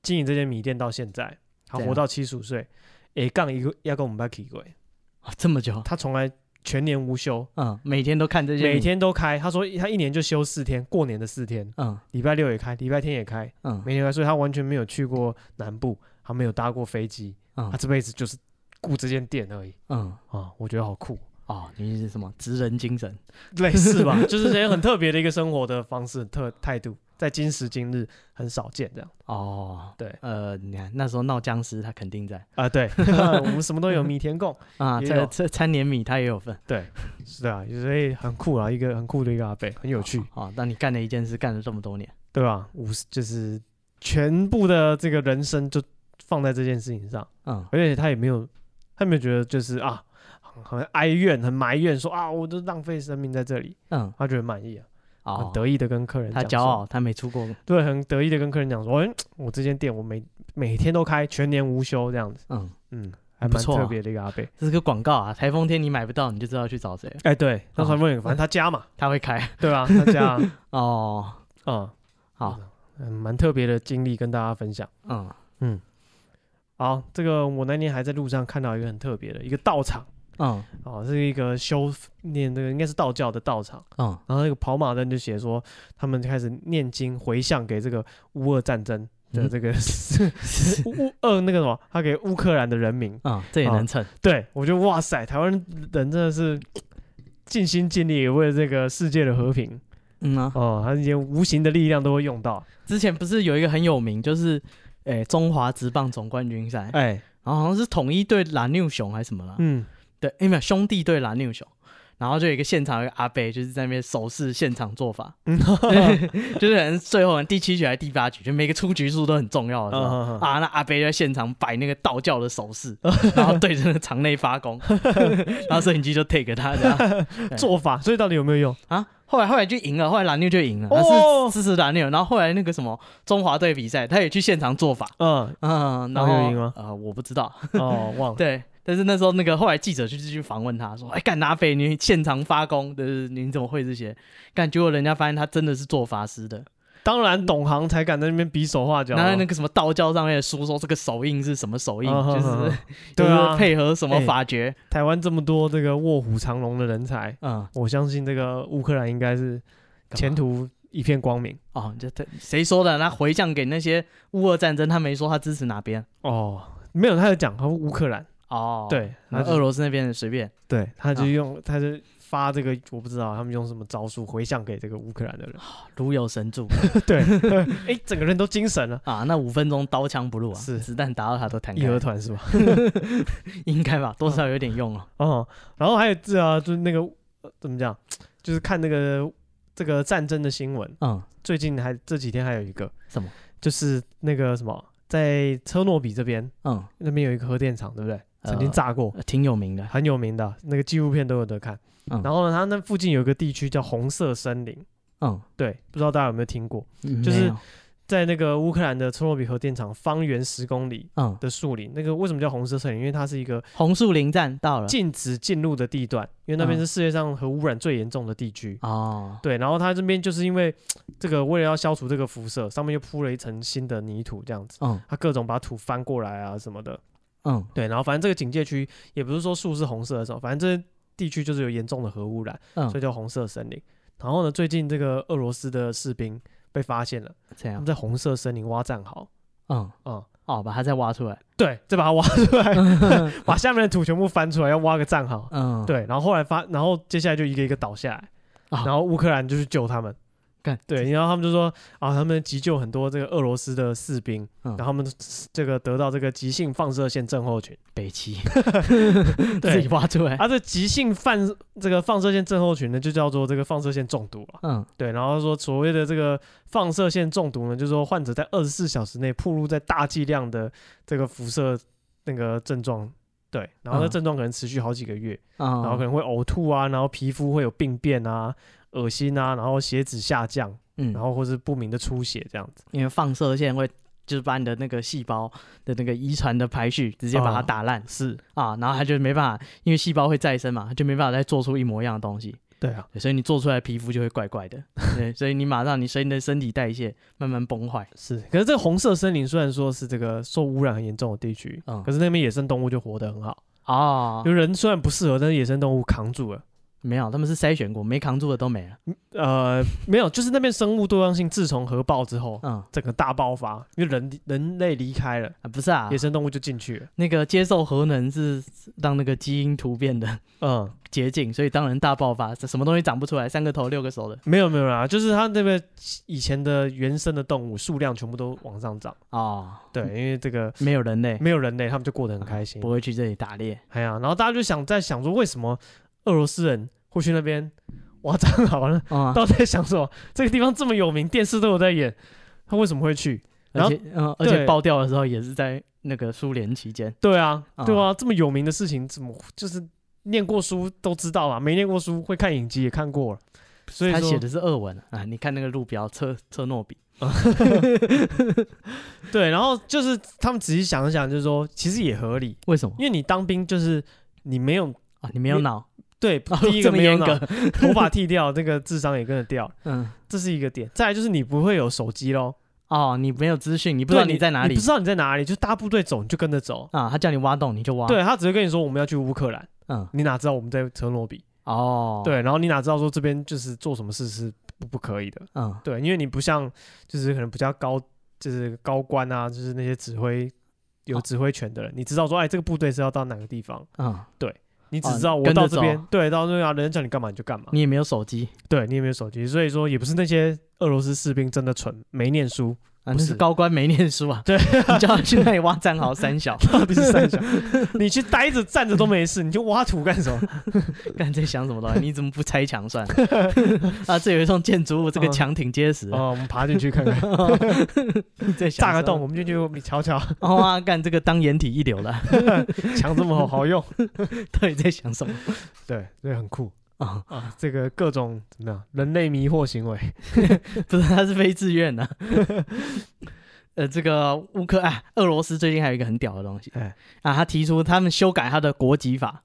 [SPEAKER 2] 经营这间米店到现在，他
[SPEAKER 3] 对啊
[SPEAKER 2] 活到七十五岁，诶，杠一个要跟我们班 K 鬼，
[SPEAKER 3] 啊这么久，
[SPEAKER 2] 他从来全年无休，
[SPEAKER 3] 嗯，每天都看这些，
[SPEAKER 2] 每，天都开。他说他一年就休四天，过年的四天，
[SPEAKER 3] 嗯
[SPEAKER 2] 礼拜六也开，礼拜天也开，
[SPEAKER 3] 嗯
[SPEAKER 2] 每天开，所以他完全没有去过南部，他没有搭过飞机，
[SPEAKER 3] 嗯
[SPEAKER 2] 他这辈子就是顾这间店而已
[SPEAKER 3] 嗯，
[SPEAKER 2] 啊，我觉得好酷，
[SPEAKER 3] 哦，你是什么职人精神？
[SPEAKER 2] 类似 吧，就是人很特别的一个生活的方式特态度，在今时今日很少见这样
[SPEAKER 3] 哦，
[SPEAKER 2] 对
[SPEAKER 3] 呃，你看那时候闹僵尸，他肯定在
[SPEAKER 2] 啊。对， 我们什么都有，米田共，
[SPEAKER 3] 啊，
[SPEAKER 2] 也
[SPEAKER 3] 这
[SPEAKER 2] 有
[SPEAKER 3] 这餐年米他也有份，
[SPEAKER 2] 对，是的啊，所以很酷啊，一个很酷的一个阿贝，很有趣，
[SPEAKER 3] 哦，那你干了一件事，干了这么多年，
[SPEAKER 2] 对吧？五十就是全部的这个人生就放在这件事情上。
[SPEAKER 3] 嗯
[SPEAKER 2] 而且他也没有，他没有觉得就是啊，很很哀怨、很埋怨说啊，我都浪费生命在这里，
[SPEAKER 3] 嗯，
[SPEAKER 2] 他觉得满意啊，
[SPEAKER 3] 哦
[SPEAKER 2] 很，得意的跟客人
[SPEAKER 3] 他
[SPEAKER 2] 讲
[SPEAKER 3] 骄
[SPEAKER 2] 说
[SPEAKER 3] 傲，，他没出过，
[SPEAKER 2] 对，很得意的跟客人讲说，哎、我这间店我每每天都开，全年无休这样子，
[SPEAKER 3] 嗯，
[SPEAKER 2] 嗯，还
[SPEAKER 3] 不
[SPEAKER 2] 蛮
[SPEAKER 3] 错啊
[SPEAKER 2] 特别的一个阿贝。
[SPEAKER 3] 这是个广告啊，台风天你买不到，你就知道去找谁了，
[SPEAKER 2] 哎、对，那传播远，反正他家嘛，
[SPEAKER 3] 他会开
[SPEAKER 2] 对吧、他家啊
[SPEAKER 3] 哦，
[SPEAKER 2] 嗯，
[SPEAKER 3] 好，
[SPEAKER 2] 嗯，蛮特别的经历跟大家分享。
[SPEAKER 3] 嗯，
[SPEAKER 2] 好，这个我那天还在路上看到一个很特别的一个道场，
[SPEAKER 3] 嗯
[SPEAKER 2] 哦，是一个修念这个应该是道教的道场。
[SPEAKER 3] 嗯，
[SPEAKER 2] 然后那个跑马灯就写说，他们就开始念经回向给这个乌俄战争的这个嗯 乌乌呃那个什么，他给乌克兰的人民。
[SPEAKER 3] 嗯，这也能蹭，
[SPEAKER 2] 对我觉得哇塞，台湾人真的是尽心尽力为了这个世界的和平
[SPEAKER 3] 嗯啊，
[SPEAKER 2] 哦，他连无形的力量都会用到。
[SPEAKER 3] 之前不是有一个很有名，就是诶、中华职棒总冠军赛，
[SPEAKER 2] 哎，
[SPEAKER 3] 然后好像是统一对蓝牛熊还是什么啦，
[SPEAKER 2] 嗯，
[SPEAKER 3] 对，哎没有兄弟对蓝牛熊。然后就有一个现场，有一个阿贝就是在那边手势现场做法， 就是人最后人第七局还是第八局，就每个出局数都很重要的时候
[SPEAKER 2] 嗯嗯嗯
[SPEAKER 3] 啊，那阿贝就在现场摆那个道教的手势，然后对着那场内发功， 然后摄影机就 take 他这样
[SPEAKER 2] 做法，所以到底有没有用？
[SPEAKER 3] 啊。后来后来就赢了，后来蓝牛就赢了，他
[SPEAKER 2] 哦
[SPEAKER 3] 是支持蓝牛。然后后来那个什么中华队比赛，他也去现场做法，
[SPEAKER 2] 嗯，
[SPEAKER 3] 嗯，然
[SPEAKER 2] 然后
[SPEAKER 3] 后
[SPEAKER 2] 有赢吗
[SPEAKER 3] 呃，我不知道。
[SPEAKER 2] 哦，忘了。
[SPEAKER 3] 对，但是那时候那个后来记者就继续访问他说：“哎，干阿北，你现场发功，就是你怎么会这些？干，结果人家发现他真的是做法师的，
[SPEAKER 2] 当然懂行才敢在那边比手画脚。啊
[SPEAKER 3] 然后那个什么道教上面的书说这个手印是什么手印，
[SPEAKER 2] 嗯
[SPEAKER 3] 就是、
[SPEAKER 2] 嗯嗯 嗯
[SPEAKER 3] 就
[SPEAKER 2] 对啊
[SPEAKER 3] 是配合什么
[SPEAKER 2] 哎
[SPEAKER 3] 法诀，
[SPEAKER 2] 台湾这么多这个卧虎藏龙的人才，
[SPEAKER 3] 嗯，
[SPEAKER 2] 我相信这个乌克兰应该是前途一片光明
[SPEAKER 3] 哦，这这谁说的？他回向给那些乌俄战争，他没说他支持哪边
[SPEAKER 2] 哦。没有，他就讲他乌克兰，
[SPEAKER 3] 哦，，
[SPEAKER 2] 对，他
[SPEAKER 3] 那
[SPEAKER 2] 就
[SPEAKER 3] 俄罗斯那边的随便，
[SPEAKER 2] 对，他就
[SPEAKER 3] 啊
[SPEAKER 2] 用，他就发这个，我不知道他们用什么招数回向给这个乌克兰的人，
[SPEAKER 3] 如有 神助
[SPEAKER 2] 对，哎，整个人都精神了，
[SPEAKER 3] 啊，那五分钟刀枪不入啊，
[SPEAKER 2] 是
[SPEAKER 3] 子弹打到他都弹
[SPEAKER 2] 义
[SPEAKER 3] 开
[SPEAKER 2] 和，团是吧？
[SPEAKER 3] 应该吧，多少有点用哦，
[SPEAKER 2] 哦，然后还有这啊，就是那个呃怎么讲，就是看那个这个战争的新闻，
[SPEAKER 3] 嗯，
[SPEAKER 2] 最近还这几天还有一个
[SPEAKER 3] 什么？
[SPEAKER 2] 就是那个什么，在车诺比这边
[SPEAKER 3] 嗯，
[SPEAKER 2] 那边有一个核电厂，对不对？曾经
[SPEAKER 3] 呃
[SPEAKER 2] 炸过，
[SPEAKER 3] 挺有名的，
[SPEAKER 2] 很有名的那个纪录片都有得看。
[SPEAKER 3] 嗯
[SPEAKER 2] 然后呢，它那附近有一个地区叫红色森林，
[SPEAKER 3] 嗯。
[SPEAKER 2] 对，不知道大家有没嗯有听过，
[SPEAKER 3] 就
[SPEAKER 2] 就是在那个乌克兰的车诺比核电厂方圆十公里
[SPEAKER 3] 嗯，
[SPEAKER 2] 的树林，那个为什么叫红色森林？因为它是一个
[SPEAKER 3] 红树林站到了
[SPEAKER 2] 禁止进入的地段，因为那边是世界上核污染最严重的地区。
[SPEAKER 3] 哦，
[SPEAKER 2] 对，然后它这边就是因为这个为了要消除这个辐射，上面又铺了一层新的泥土，这样子，
[SPEAKER 3] 嗯
[SPEAKER 2] 它各种把土翻过来啊什么的。
[SPEAKER 3] 嗯
[SPEAKER 2] 对，然后反正这个警戒区也不是说树是红色的时候，反正这地区就是有严重的核污染。所以
[SPEAKER 3] 嗯，
[SPEAKER 2] 叫红色森林。然后呢，最近这个俄罗斯的士兵被发现了，
[SPEAKER 3] 这
[SPEAKER 2] 他
[SPEAKER 3] 样
[SPEAKER 2] 们，在红色森林挖战壕，
[SPEAKER 3] 嗯
[SPEAKER 2] 嗯，
[SPEAKER 3] 哦，把它再挖出来，
[SPEAKER 2] 对，再把它挖出 来，把下面的土全部翻出来，要挖个战壕。
[SPEAKER 3] 嗯，，
[SPEAKER 2] 对，然后后来发，然后接下来就一个一个倒下来，
[SPEAKER 3] 啊
[SPEAKER 2] 然后乌克兰就去救他们。
[SPEAKER 3] 干
[SPEAKER 2] 对，然后他们就说啊，他们急救很多这个俄罗斯的士兵，
[SPEAKER 3] 嗯
[SPEAKER 2] 然后他们这个得到这个急性放射线症候 群。
[SPEAKER 3] 北齐 自
[SPEAKER 2] 对，
[SPEAKER 3] 己挖出来，
[SPEAKER 2] 啊，这急性放这个放射线症候群呢，就叫做这个放射线中毒啊。
[SPEAKER 3] 嗯
[SPEAKER 2] 对，然后说所谓的这个放射线中毒呢，就是说患者在二十四小时内暴露在大剂量的这个辐射那个症状，对，然后那
[SPEAKER 3] 嗯
[SPEAKER 2] 症状可能持续好几个月，
[SPEAKER 3] 嗯，
[SPEAKER 2] 然后可能会呕吐啊，然后皮肤会有病变啊、恶心啊，然后血脂下降，
[SPEAKER 3] 嗯，
[SPEAKER 2] 然后或是不明的出血这样子。
[SPEAKER 3] 因为放射线会就是把你的那个细胞的那个遗传的排序直接把它
[SPEAKER 2] 哦
[SPEAKER 3] 打烂、
[SPEAKER 2] 是，
[SPEAKER 3] 啊，然后它就没办法，因为细胞会再生嘛，它就没办法再做出一模一样的东西，
[SPEAKER 2] 对啊，
[SPEAKER 3] 对所以你做出来的皮肤就会怪怪的， 对，所以你马上你身的身体代谢慢慢崩坏，
[SPEAKER 2] 是。可是这个红色森林虽然说是这个受污染很严重的地区，
[SPEAKER 3] 嗯
[SPEAKER 2] 可是那边野生动物就活得很好。
[SPEAKER 3] 哦
[SPEAKER 2] 就，人虽然不适合，但是野生动物扛住了。
[SPEAKER 3] 没有，他们是筛选过，没扛住的都没了，
[SPEAKER 2] 呃，没有，就是那边生物多样性自从核爆之后，
[SPEAKER 3] 嗯，
[SPEAKER 2] 整个大爆发，因为人人类离开了，
[SPEAKER 3] 啊不是啊
[SPEAKER 2] 野，生动物就进去了。
[SPEAKER 3] 那个接受核能是让那个基因突变的
[SPEAKER 2] 嗯，
[SPEAKER 3] 捷径，所以当然大爆发，什么东西长不出来，三个头六个手的
[SPEAKER 2] 没有没有啦，就是它那个以前的原生的动物数量全部都往上涨。
[SPEAKER 3] 哦，
[SPEAKER 2] 对，因为这个
[SPEAKER 3] 没有人类
[SPEAKER 2] 没有人类，他们就过得很开心
[SPEAKER 3] 不。会去这里打猎，
[SPEAKER 2] 哎呀，然后大家就想在想说，为什么俄罗斯人会去那边挖藏獒呢？
[SPEAKER 3] 啊、
[SPEAKER 2] 到底在想什么？这个地方这么有名，电视都有在演，他为什么会去？然
[SPEAKER 3] 而
[SPEAKER 2] 后
[SPEAKER 3] 且嗯，而
[SPEAKER 2] 对
[SPEAKER 3] 且爆掉的时候也是在那个苏联期间，
[SPEAKER 2] 对啊，
[SPEAKER 3] 啊
[SPEAKER 2] 对啊，这么有名的事情，怎么就是念过书都知道啊？没念过书会看影集也看过了，所以
[SPEAKER 3] 他写
[SPEAKER 2] 说
[SPEAKER 3] 的是俄文啊，你看那个路标车车诺比，
[SPEAKER 2] 对。然后就是他们仔细想一想，就是说其实也合理，
[SPEAKER 3] 为什么
[SPEAKER 2] 因为你当兵就是你没有
[SPEAKER 3] 啊？你没有脑，
[SPEAKER 2] 对
[SPEAKER 3] 哦
[SPEAKER 2] 第一个
[SPEAKER 3] 这么
[SPEAKER 2] 没有
[SPEAKER 3] 严
[SPEAKER 2] 脑，
[SPEAKER 3] 格，
[SPEAKER 2] 头发剃掉，这个智商也跟着掉，
[SPEAKER 3] 嗯，
[SPEAKER 2] 这是一个点。再来就是你不会有手机喽，
[SPEAKER 3] 哦，你没有资讯，你
[SPEAKER 2] 不
[SPEAKER 3] 不知道你在哪里
[SPEAKER 2] 不知道你在哪里，就大部队走你就跟着走。
[SPEAKER 3] 啊？他叫你挖洞你就挖，，
[SPEAKER 2] 对他只会跟你说我们要去乌克兰，
[SPEAKER 3] 嗯，
[SPEAKER 2] 你哪知道我们在车诺比？
[SPEAKER 3] 哦，，
[SPEAKER 2] 对，然后你哪知道说这边就是做什么事是不不可以的？
[SPEAKER 3] 嗯，
[SPEAKER 2] 对，因为你不像就是可能比较高，就是高官啊，就是那些指挥有
[SPEAKER 3] 哦
[SPEAKER 2] 指挥权的人，你知道说，哎，这个部队是要到哪个地方，
[SPEAKER 3] 嗯，
[SPEAKER 2] 你只
[SPEAKER 3] 哦
[SPEAKER 2] 知道我
[SPEAKER 3] 跟着
[SPEAKER 2] 到这边，
[SPEAKER 3] 走
[SPEAKER 2] 对，到那边啊，人家叫你干嘛你就干嘛，
[SPEAKER 3] 你也没有手机
[SPEAKER 2] 对你也没有手机，所以说也不是那些俄罗斯士兵真的蠢，没念书，
[SPEAKER 3] 啊，
[SPEAKER 2] 不
[SPEAKER 3] 那
[SPEAKER 2] 是
[SPEAKER 3] 是高官没念书啊，
[SPEAKER 2] 对，
[SPEAKER 3] 你叫他去那里挖战壕三小，
[SPEAKER 2] 到底是三小，你去待着站着都没事，你就挖土干什么？
[SPEAKER 3] 看在想什么东西？你怎么不拆墙算了？ 啊，这有一栋建筑物，这个
[SPEAKER 2] 哦
[SPEAKER 3] 墙挺结实的，
[SPEAKER 2] 哦，我们爬进去看看，
[SPEAKER 3] 你在想
[SPEAKER 2] 炸个
[SPEAKER 3] 什么
[SPEAKER 2] 洞，我们进去你瞧瞧，
[SPEAKER 3] 哦啊，干这个当掩体一流了，
[SPEAKER 2] 墙这么好好用，
[SPEAKER 3] 到底在想什么
[SPEAKER 2] 对，所以很酷
[SPEAKER 3] 啊？
[SPEAKER 2] 啊，这个各种怎么样，人类迷惑行为，
[SPEAKER 3] 不是，他是非自愿的、啊 呃，这个乌克啊，俄罗斯最近还有一个很屌的东西，
[SPEAKER 2] 哎
[SPEAKER 3] 啊，他提出他们修改他的国籍法，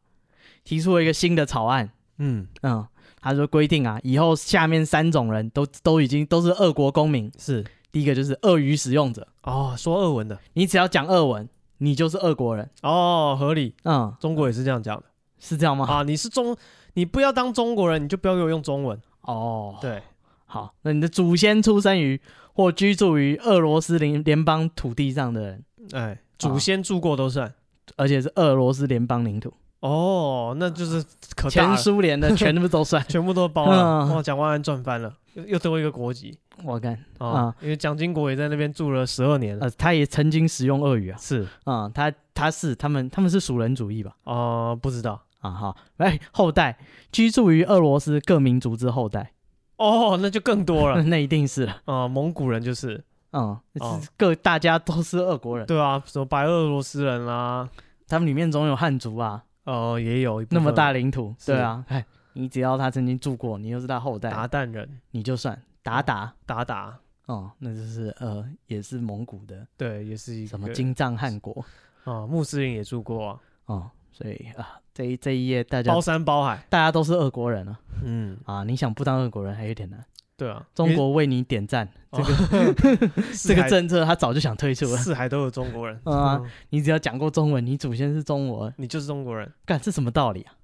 [SPEAKER 3] 提出了一个新的草案，
[SPEAKER 2] 嗯，
[SPEAKER 3] 嗯，他说规定啊，以后下面三种人都都已经都是俄国公民，
[SPEAKER 2] 是。
[SPEAKER 3] 第一个就是俄语使用者，
[SPEAKER 2] 哦，说俄文的
[SPEAKER 3] 你只要讲俄文，你就是俄国人，
[SPEAKER 2] 哦，合理。
[SPEAKER 3] 嗯，
[SPEAKER 2] 中国也是这样讲的
[SPEAKER 3] 是这样吗？
[SPEAKER 2] 啊。你是中，你不要当中国人，你就不要给我用中文。
[SPEAKER 3] 哦，
[SPEAKER 2] 对，
[SPEAKER 3] 好，那你的祖先出生于或居住于俄罗斯联联邦土地上的人，
[SPEAKER 2] 哎，祖先住过都算。
[SPEAKER 3] 而且是俄罗斯联邦领土，
[SPEAKER 2] 哦，那就是可大啊
[SPEAKER 3] 前
[SPEAKER 2] 了，。
[SPEAKER 3] 苏联的全部都算
[SPEAKER 2] 全部都包了。
[SPEAKER 3] 嗯
[SPEAKER 2] 哇，蒋万安赚翻了，又又多一个国籍
[SPEAKER 3] 我看，
[SPEAKER 2] 啊
[SPEAKER 3] 啊。
[SPEAKER 2] 因为蒋经国也在那边住了十二年了。
[SPEAKER 3] 呃，他也曾经使用俄语啊，
[SPEAKER 2] 是
[SPEAKER 3] 啊、他他是他们他们是属人主义吧？
[SPEAKER 2] 哦，不知道。
[SPEAKER 3] 啊好，哎，后代居住于俄罗斯各民族之后代，
[SPEAKER 2] 哦，那就更多了。
[SPEAKER 3] 那一定是了，
[SPEAKER 2] 啊，蒙古人就是，
[SPEAKER 3] 嗯，
[SPEAKER 2] 哦
[SPEAKER 3] 是各大家都是俄国人，
[SPEAKER 2] 对啊，什么白俄罗斯人啦，
[SPEAKER 3] 他们里面总有汉 族啊，
[SPEAKER 2] 哦，也有一部
[SPEAKER 3] 那么
[SPEAKER 2] 分
[SPEAKER 3] 大领土，
[SPEAKER 2] 是
[SPEAKER 3] 对啊，哎，你只要他曾经住过，你又是他后代，
[SPEAKER 2] 鞑靼人，
[SPEAKER 3] 你就算达达，
[SPEAKER 2] 鞑靼，
[SPEAKER 3] 哦、那就是呃，也是蒙古的
[SPEAKER 2] 对，也是一个
[SPEAKER 3] 什么金帐汗国
[SPEAKER 2] 啊，穆斯林也住过啊，
[SPEAKER 3] 哦、所以啊，这一这一页大家
[SPEAKER 2] 包山包海，
[SPEAKER 3] 大家都是俄国人啊，
[SPEAKER 2] 嗯，
[SPEAKER 3] 啊，你想不当俄国人还有点难。
[SPEAKER 2] 对啊，
[SPEAKER 3] 中国为你点赞，
[SPEAKER 2] 这个、
[SPEAKER 3] 这
[SPEAKER 2] 哦 四
[SPEAKER 3] 个
[SPEAKER 2] 海
[SPEAKER 3] 政策他早就想推出了。
[SPEAKER 2] 四海都有中国人，
[SPEAKER 3] 啊
[SPEAKER 2] 嗯
[SPEAKER 3] 你只要讲过中文，你祖先是中国人，
[SPEAKER 2] 你就是中国人
[SPEAKER 3] 干这什么道理啊？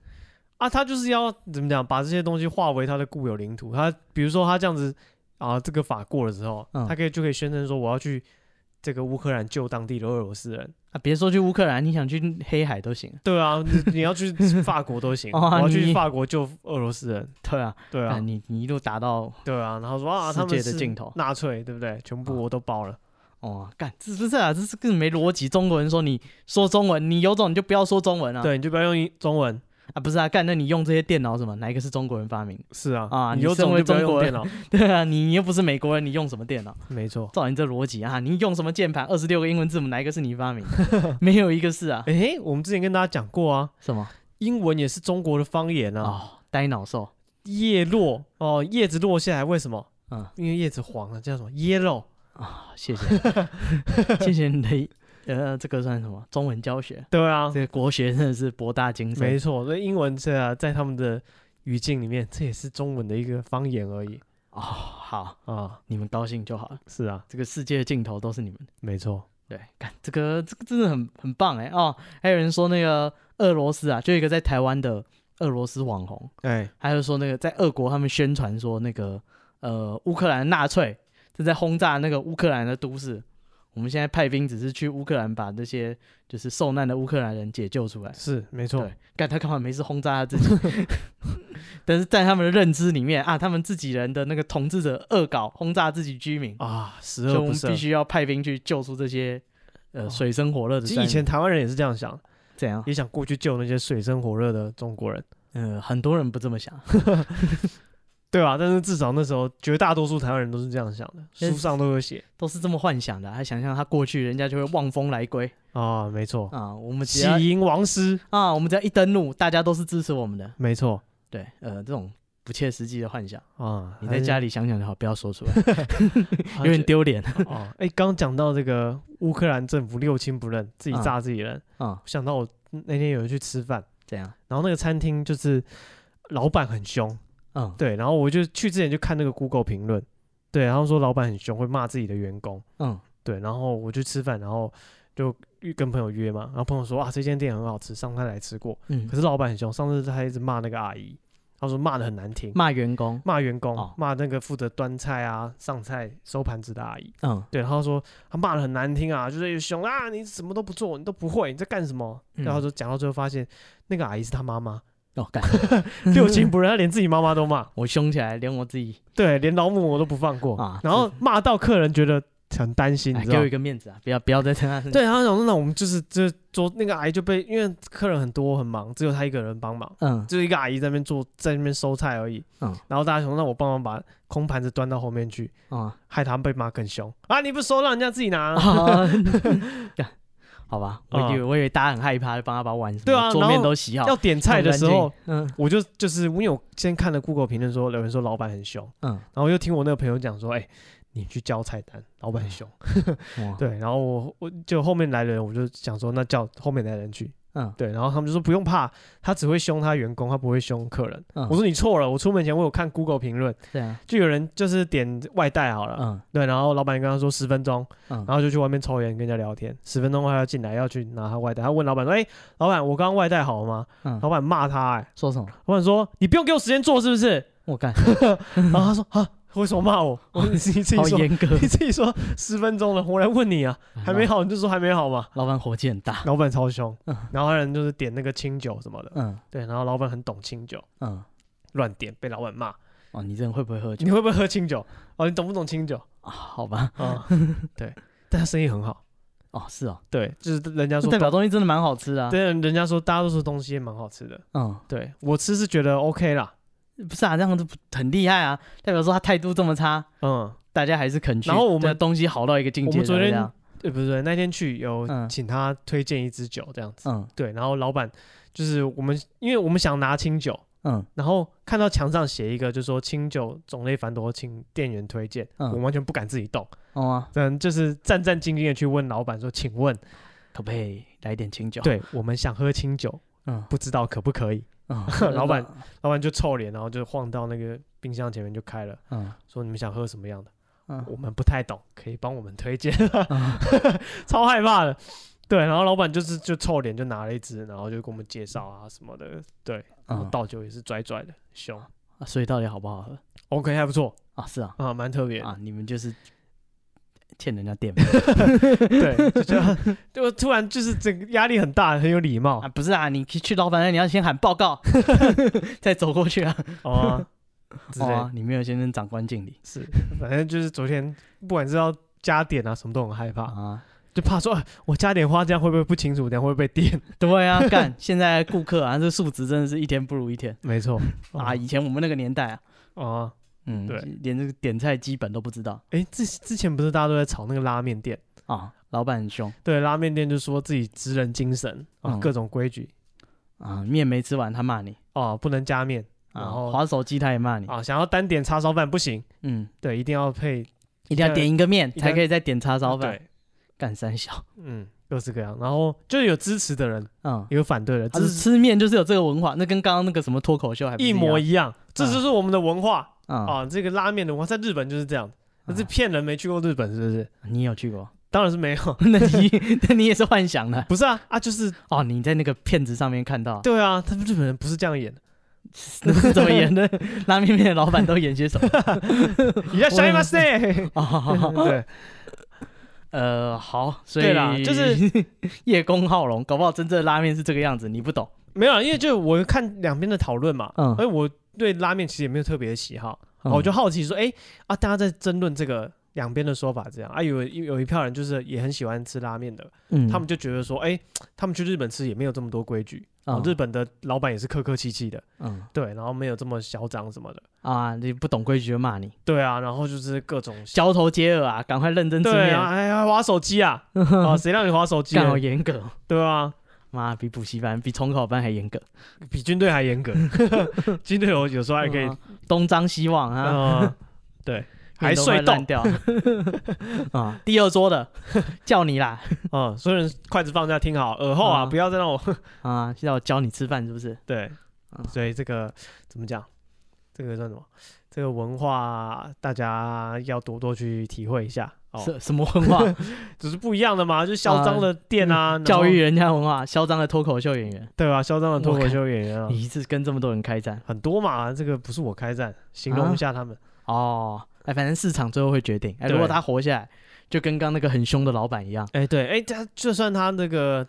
[SPEAKER 2] 啊，他就是要怎么讲，把这些东西化为他的固有领土，他比如说他这样子啊，这个法过了之后，
[SPEAKER 3] 嗯
[SPEAKER 2] 他可以就可以宣称说我要去。这个乌克兰救当地的俄罗斯人，
[SPEAKER 3] 啊，别说去乌克兰，你想去黑海都行。
[SPEAKER 2] 对啊，你你要 去法国都行，
[SPEAKER 3] 哦
[SPEAKER 2] 我要去
[SPEAKER 3] 你
[SPEAKER 2] 法国救俄罗斯人，
[SPEAKER 3] 对啊，
[SPEAKER 2] 对
[SPEAKER 3] 啊
[SPEAKER 2] 啊，
[SPEAKER 3] 你你一路打到
[SPEAKER 2] 对啊，然后说啊，
[SPEAKER 3] 世
[SPEAKER 2] 他们
[SPEAKER 3] 界的
[SPEAKER 2] 是
[SPEAKER 3] 尽头
[SPEAKER 2] 纳粹，对不对？全部
[SPEAKER 3] 啊
[SPEAKER 2] 我都包了，
[SPEAKER 3] 哦，干这不是啊，这是更没逻辑。中国人说你说中文，你有种你就不要说中文啊。
[SPEAKER 2] 对，你就不要用英中文，
[SPEAKER 3] 啊，不是啊，干那你用这些电脑什么，哪一个是中国人发明？
[SPEAKER 2] 是啊，
[SPEAKER 3] 啊
[SPEAKER 2] 你
[SPEAKER 3] 你
[SPEAKER 2] 有
[SPEAKER 3] 身
[SPEAKER 2] 种
[SPEAKER 3] 为
[SPEAKER 2] 就不要
[SPEAKER 3] 中
[SPEAKER 2] 用
[SPEAKER 3] 国
[SPEAKER 2] 电
[SPEAKER 3] 人
[SPEAKER 2] 脑，
[SPEAKER 3] 对啊，你又不是美国人，你用什么电脑？
[SPEAKER 2] 没错。
[SPEAKER 3] 照你这逻辑啊，你用什么键盘？二十六个英文字母，哪一个是你发明？没有一个是啊。
[SPEAKER 2] 诶，我们之前跟大家讲过啊，
[SPEAKER 3] 什么？
[SPEAKER 2] 英文也是中国的方言啊。
[SPEAKER 3] 哦，呆脑兽。
[SPEAKER 2] 叶落哦，叶子落下来，为什么？
[SPEAKER 3] 嗯
[SPEAKER 2] 因为叶子黄了，叫什么 yellow
[SPEAKER 3] 啊，谢谢，谢谢你的呃，这个算什么？中文教学，
[SPEAKER 2] 对啊，
[SPEAKER 3] 这个国学真的是博大精
[SPEAKER 2] 没
[SPEAKER 3] 深。
[SPEAKER 2] 错，所以英文是啊，在他们的语境里面，这也是中文的一个方言而已
[SPEAKER 3] 哦，好，
[SPEAKER 2] 啊。
[SPEAKER 3] 你们高兴就好了。
[SPEAKER 2] 是啊，
[SPEAKER 3] 这个世界的尽头都是你们的。
[SPEAKER 2] 没错，
[SPEAKER 3] 对，看这个这个真的很很棒哎哦，还有人说那个俄罗斯啊，就有一个在台湾的俄罗斯网红，
[SPEAKER 2] 哎，
[SPEAKER 3] 还有说那个在俄国他们宣传说那个呃乌克兰纳粹正在轰炸那个乌克兰的都市，我们现在派兵只是去乌克兰把那些就是受难的乌克兰人解救出来。
[SPEAKER 2] 是没错
[SPEAKER 3] 对，，干他干嘛没事轰炸他自己？ 但是在他们的认知里面啊，他们自己人的那个统治者恶搞轰炸自己居民，
[SPEAKER 2] 啊，十
[SPEAKER 3] 所以
[SPEAKER 2] 恶
[SPEAKER 3] 我
[SPEAKER 2] 不
[SPEAKER 3] 们
[SPEAKER 2] 赦
[SPEAKER 3] 必。须要派兵去救出这些
[SPEAKER 2] 哦
[SPEAKER 3] 呃水深火热的
[SPEAKER 2] 其实
[SPEAKER 3] 战啊友。
[SPEAKER 2] 以前台湾人也是这样想，
[SPEAKER 3] 怎样？
[SPEAKER 2] 也想过去救那些水深火热的中国人，
[SPEAKER 3] 呃，很多人不这么想，
[SPEAKER 2] 对吧、但是至少那时候绝大多数台湾人都是这样想的，
[SPEAKER 3] 但
[SPEAKER 2] 书
[SPEAKER 3] 是
[SPEAKER 2] 上都有写
[SPEAKER 3] 都是这么幻想的啊、还想象他过去，人家就会望风来归
[SPEAKER 2] 啊，没错，
[SPEAKER 3] 啊！我们只
[SPEAKER 2] 喜
[SPEAKER 3] 要
[SPEAKER 2] 迎王师，
[SPEAKER 3] 啊，我们只要一登陆，大家都是支持我们的。
[SPEAKER 2] 没错
[SPEAKER 3] 对，呃，这种不切实际的幻想，
[SPEAKER 2] 啊，
[SPEAKER 3] 你在家里想想就好，不要说 出来，
[SPEAKER 2] 还是
[SPEAKER 3] 有点丢 脸
[SPEAKER 2] 哦，哎，刚讲到这个乌克兰政府六亲不认，自己
[SPEAKER 3] 嗯
[SPEAKER 2] 炸自己人，
[SPEAKER 3] 啊。
[SPEAKER 2] 想到我那天有人去吃饭，
[SPEAKER 3] 怎样？
[SPEAKER 2] 然后那个餐厅就是老板很凶，
[SPEAKER 3] 嗯，
[SPEAKER 2] 对，然后我就去之前就看那个 Google 评论，对，然后说老板很凶，会骂自己的员工，
[SPEAKER 3] 嗯，
[SPEAKER 2] 对，然后我去吃饭，然后就约跟朋友约嘛，然后朋友说啊这间店很好吃，上次他来吃过，
[SPEAKER 3] 嗯
[SPEAKER 2] 可，是老板很凶，上次他一直骂那个阿姨，他说骂的很难听，
[SPEAKER 3] 骂员工，
[SPEAKER 2] 骂员工，
[SPEAKER 3] 哦
[SPEAKER 2] 骂那个负责端菜啊、上菜、收盘子的阿姨。
[SPEAKER 3] 嗯
[SPEAKER 2] 对，然后说他骂的很难听啊，就是凶啊，你什么都不做，你都不会，你在干什么？
[SPEAKER 3] 嗯
[SPEAKER 2] 然后就讲到最后发现，那个阿姨是他妈 妈，
[SPEAKER 3] 哦， 干，
[SPEAKER 2] 六亲不认，他连自己妈妈都骂，
[SPEAKER 3] 我凶起来，连我自己，
[SPEAKER 2] 对，连老母我都不放过，
[SPEAKER 3] 啊
[SPEAKER 2] 然后骂到客人觉得很担心，你
[SPEAKER 3] 哎，
[SPEAKER 2] 知
[SPEAKER 3] 给
[SPEAKER 2] 道
[SPEAKER 3] 我
[SPEAKER 2] 吗
[SPEAKER 3] 一？个面子啊，不要不要再 在他身上。
[SPEAKER 2] 对，然后想说那我们就是就是做那个阿姨就被，因为客人很多很忙，只有她一个人帮忙，
[SPEAKER 3] 嗯
[SPEAKER 2] 就一个阿姨在那边做，在那边收菜而已。
[SPEAKER 3] 嗯
[SPEAKER 2] 然后大家想说，那我帮忙把空盘子端到后面去，
[SPEAKER 3] 啊，
[SPEAKER 2] 害他们被骂更凶啊！你不收，让人家自己拿。
[SPEAKER 3] 啊 干好吧，我
[SPEAKER 2] 啊
[SPEAKER 3] 以为我以为大家很害怕，就帮他把碗什么
[SPEAKER 2] 对啊
[SPEAKER 3] 桌
[SPEAKER 2] 然
[SPEAKER 3] 面
[SPEAKER 2] 后
[SPEAKER 3] 都洗好
[SPEAKER 2] 要，点菜的时候，
[SPEAKER 3] 嗯
[SPEAKER 2] 我就就是因为我先看了 Google 评论说，有人说老板很凶，
[SPEAKER 3] 嗯，
[SPEAKER 2] 然后又听我那个朋友讲说，哎、你去交菜单，老板很凶。
[SPEAKER 3] 嗯哇，
[SPEAKER 2] 对，然后我我就后面来的人，我就想说，那叫后面来的人去。
[SPEAKER 3] 嗯
[SPEAKER 2] 对，然后他们就说不用怕，他只会凶他员工，他不会凶客人。
[SPEAKER 3] 嗯，
[SPEAKER 2] 我说你错了，我出门前我有看 Google 评论，
[SPEAKER 3] 对啊，
[SPEAKER 2] 就有人就是点外带好了，
[SPEAKER 3] 嗯
[SPEAKER 2] 对，然后老板跟他说十分钟，
[SPEAKER 3] 嗯
[SPEAKER 2] 然后就去外面抽烟跟人家聊天，十分钟后他要进来要去拿他外带，他问老板说，哎、老板我刚刚外带好了吗？老
[SPEAKER 3] 嗯，
[SPEAKER 2] 板骂他、哎。
[SPEAKER 3] 说什么？
[SPEAKER 2] 老板说：“你不用给我时间做，是不是
[SPEAKER 3] 我干，？”
[SPEAKER 2] 然后他说：“啊，为什么骂 我？我说 你自己自己
[SPEAKER 3] 好
[SPEAKER 2] 说，
[SPEAKER 3] 严格，
[SPEAKER 2] 你自己说十分钟了，我来问你啊， 还没好你就说还没好 嘛。
[SPEAKER 3] 老板火气很”大，
[SPEAKER 2] 老板超凶
[SPEAKER 3] 嗯，
[SPEAKER 2] 然后人就是点那个清酒什么的，
[SPEAKER 3] 嗯
[SPEAKER 2] 对，然后老板很懂清酒，
[SPEAKER 3] 嗯，
[SPEAKER 2] 乱点被老板骂。
[SPEAKER 3] 哦，你这人会不会喝酒
[SPEAKER 2] 你会不会喝清酒？哦，你懂不懂清酒
[SPEAKER 3] 啊？好吧，
[SPEAKER 2] 啊？对，但他生意很好，
[SPEAKER 3] 哦，是哦，
[SPEAKER 2] 对，就是人家
[SPEAKER 3] 这
[SPEAKER 2] 说
[SPEAKER 3] 代表东西真的蛮好吃的啊，
[SPEAKER 2] 对，人家说大多数东西也蛮好吃的，
[SPEAKER 3] 嗯，
[SPEAKER 2] 对我吃是觉得 OK 啦，
[SPEAKER 3] 不是啊，这样子很厉害啊，代表说他态度这么差，
[SPEAKER 2] 嗯，
[SPEAKER 3] 大家还是肯去，
[SPEAKER 2] 然后我们
[SPEAKER 3] 这东西好到一个境界，
[SPEAKER 2] 我们昨天
[SPEAKER 3] 这样
[SPEAKER 2] 对，不是对那天去有
[SPEAKER 3] 嗯
[SPEAKER 2] 请他推荐一支酒这样子，
[SPEAKER 3] 嗯
[SPEAKER 2] 对，然后老板就是我们，因为我们想拿清酒，
[SPEAKER 3] 嗯
[SPEAKER 2] 然后看到墙上写一个就说清酒种类繁多，请店员推荐，
[SPEAKER 3] 嗯
[SPEAKER 2] 我完全不敢自己动，
[SPEAKER 3] 哦啊，
[SPEAKER 2] 嗯，就是战战兢兢的去问老板说，请问，
[SPEAKER 3] 可不可以来点清酒？，
[SPEAKER 2] 对我们想喝清酒，
[SPEAKER 3] 嗯
[SPEAKER 2] 不知道可不可以？
[SPEAKER 3] 嗯
[SPEAKER 2] 老板，老板就臭脸，然后就晃到那个冰箱前面就开了，
[SPEAKER 3] 嗯
[SPEAKER 2] 说你们想喝什么样的？
[SPEAKER 3] 嗯
[SPEAKER 2] 我们不太懂，可以帮我们推荐，
[SPEAKER 3] 嗯
[SPEAKER 2] 超害怕的。对，然后老板就是就臭脸就拿了一支，然后就给我们介绍啊什么的。对，然后
[SPEAKER 3] 嗯，
[SPEAKER 2] 倒酒也是拽拽的，凶。
[SPEAKER 3] 啊所以到底好不好喝
[SPEAKER 2] OK，还不错
[SPEAKER 3] 啊？是啊，
[SPEAKER 2] 啊，蛮特别的。
[SPEAKER 3] 啊，你们就是欠人家店
[SPEAKER 2] 对，就觉得 就突然就是整个压力很大，很有礼貌
[SPEAKER 3] 啊，不是啊，你去去老板那，你要先喊 报告，再走过去啊。
[SPEAKER 2] 哦啊 之类
[SPEAKER 3] 哦
[SPEAKER 2] 的
[SPEAKER 3] 啊，。你没有先跟长官敬礼
[SPEAKER 2] 是，反正就是昨天不管是要加点啊什么都很害怕。
[SPEAKER 3] 啊？
[SPEAKER 2] 就怕说、哎我加点花，这样会不会不清楚？等下会不会被电？
[SPEAKER 3] 对啊，干！现在顾客啊，这素质真的是一天不如一天
[SPEAKER 2] 没 错，
[SPEAKER 3] 啊！以前我们那个年代啊，
[SPEAKER 2] 啊，
[SPEAKER 3] 嗯，
[SPEAKER 2] 哦对，
[SPEAKER 3] 连这个点菜基本都不知道
[SPEAKER 2] 哎、之之前不是大家都在炒那个拉面店？
[SPEAKER 3] 啊，老板很凶
[SPEAKER 2] 对，拉面店就说自己职人精神啊，
[SPEAKER 3] 嗯
[SPEAKER 2] 各种规矩
[SPEAKER 3] 啊，面没吃完他骂你
[SPEAKER 2] 啊，不能加面哦
[SPEAKER 3] 啊
[SPEAKER 2] 然后，
[SPEAKER 3] 划手机他也骂你
[SPEAKER 2] 啊，想要单点叉烧饭不行，
[SPEAKER 3] 嗯，
[SPEAKER 2] 对，一定要配
[SPEAKER 3] 一定要点一个面
[SPEAKER 2] 定要
[SPEAKER 3] 才可以再点叉烧饭，
[SPEAKER 2] 对，
[SPEAKER 3] 干三小，
[SPEAKER 2] 嗯，各式各样。然后就有支持的人，
[SPEAKER 3] 嗯，
[SPEAKER 2] 也有反对的，
[SPEAKER 3] 只
[SPEAKER 2] 支
[SPEAKER 3] 是
[SPEAKER 2] 持
[SPEAKER 3] 吃面就是有这个文化，那跟刚刚那个什么脱口秀还不
[SPEAKER 2] 一模
[SPEAKER 3] 一
[SPEAKER 2] 一样，这就是我们的文化
[SPEAKER 3] 样啊
[SPEAKER 2] 啊。这个拉面的文化在日本就是这样，可是
[SPEAKER 3] 啊
[SPEAKER 2] 骗人没去过日本是不是？
[SPEAKER 3] 你有去过？
[SPEAKER 2] 当然是没有，
[SPEAKER 3] 那你 那你也是幻想的
[SPEAKER 2] 不是啊啊，就是
[SPEAKER 3] 哦，你在那个片子上面看到，
[SPEAKER 2] 对啊，他们日本人不是这样 演的。
[SPEAKER 3] 那是怎么演的？ 拉面面的老板都演些什么？
[SPEAKER 2] 你在想什么事？
[SPEAKER 3] 哦，
[SPEAKER 2] 对
[SPEAKER 3] 呃，好，所 以
[SPEAKER 2] 对啦，就是
[SPEAKER 3] 叶公好龙，搞不好真正的拉面是这个样子，你不懂。
[SPEAKER 2] 没有啊，因为就我看两边的讨论嘛，
[SPEAKER 3] 嗯
[SPEAKER 2] 而我对拉面其实也没有特别的喜好，
[SPEAKER 3] 嗯
[SPEAKER 2] 我就好奇说，哎、啊，大家在争论这个两边的说法这样啊，有有有一票人就是也很喜欢吃拉面的，
[SPEAKER 3] 嗯
[SPEAKER 2] 他们就觉得说，哎、他们去日本吃也没有这么多规矩，哦
[SPEAKER 3] 嗯，
[SPEAKER 2] 日本的老板也是客客气气的，
[SPEAKER 3] 嗯
[SPEAKER 2] 对，然后没有这么嚣张什么的，
[SPEAKER 3] 啊，你不懂规矩就骂你，
[SPEAKER 2] 对啊，然后就是各种
[SPEAKER 3] 交头接耳啊，赶快认真吃
[SPEAKER 2] 对
[SPEAKER 3] 面
[SPEAKER 2] 啊，，哎呀，划手机 啊，啊，谁让你划手机
[SPEAKER 3] 干
[SPEAKER 2] 的
[SPEAKER 3] 好？严格，
[SPEAKER 2] 对啊，
[SPEAKER 3] 妈比补习班比重考班还严格，
[SPEAKER 2] 比军队还严格， 军队有有时候还可以
[SPEAKER 3] 嗯东张西望啊，
[SPEAKER 2] 啊，对，还
[SPEAKER 3] 面都快
[SPEAKER 2] 睡
[SPEAKER 3] 烂
[SPEAKER 2] 动
[SPEAKER 3] 掉 啊，第二桌的叫你啦
[SPEAKER 2] 啊，所以筷子放下听好，耳后啊，
[SPEAKER 3] 啊
[SPEAKER 2] 不要再让我
[SPEAKER 3] 啊，要我教你吃饭是不是？
[SPEAKER 2] 对
[SPEAKER 3] 啊，
[SPEAKER 2] 所以这个怎么讲？这个算什么？这个文化大家要多多去体会一下哦，
[SPEAKER 3] 什什么文 化？
[SPEAKER 2] 只是不一样的嘛，就嚣张的店啊，然后
[SPEAKER 3] 呃嗯教育人家文化，嚣张的脱口秀演员，
[SPEAKER 2] 对吧？嚣张的脱口秀演员啊，
[SPEAKER 3] 你一次跟这么多人开战
[SPEAKER 2] 很多嘛，这个不是我开战，形
[SPEAKER 3] 啊
[SPEAKER 2] 容一下他们，
[SPEAKER 3] 哦，哎，反正市场最后会决定，哎，
[SPEAKER 2] 对
[SPEAKER 3] 如果他活下来，就跟刚那个很凶的老板一样，
[SPEAKER 2] 哎，对，哎，他就算他那个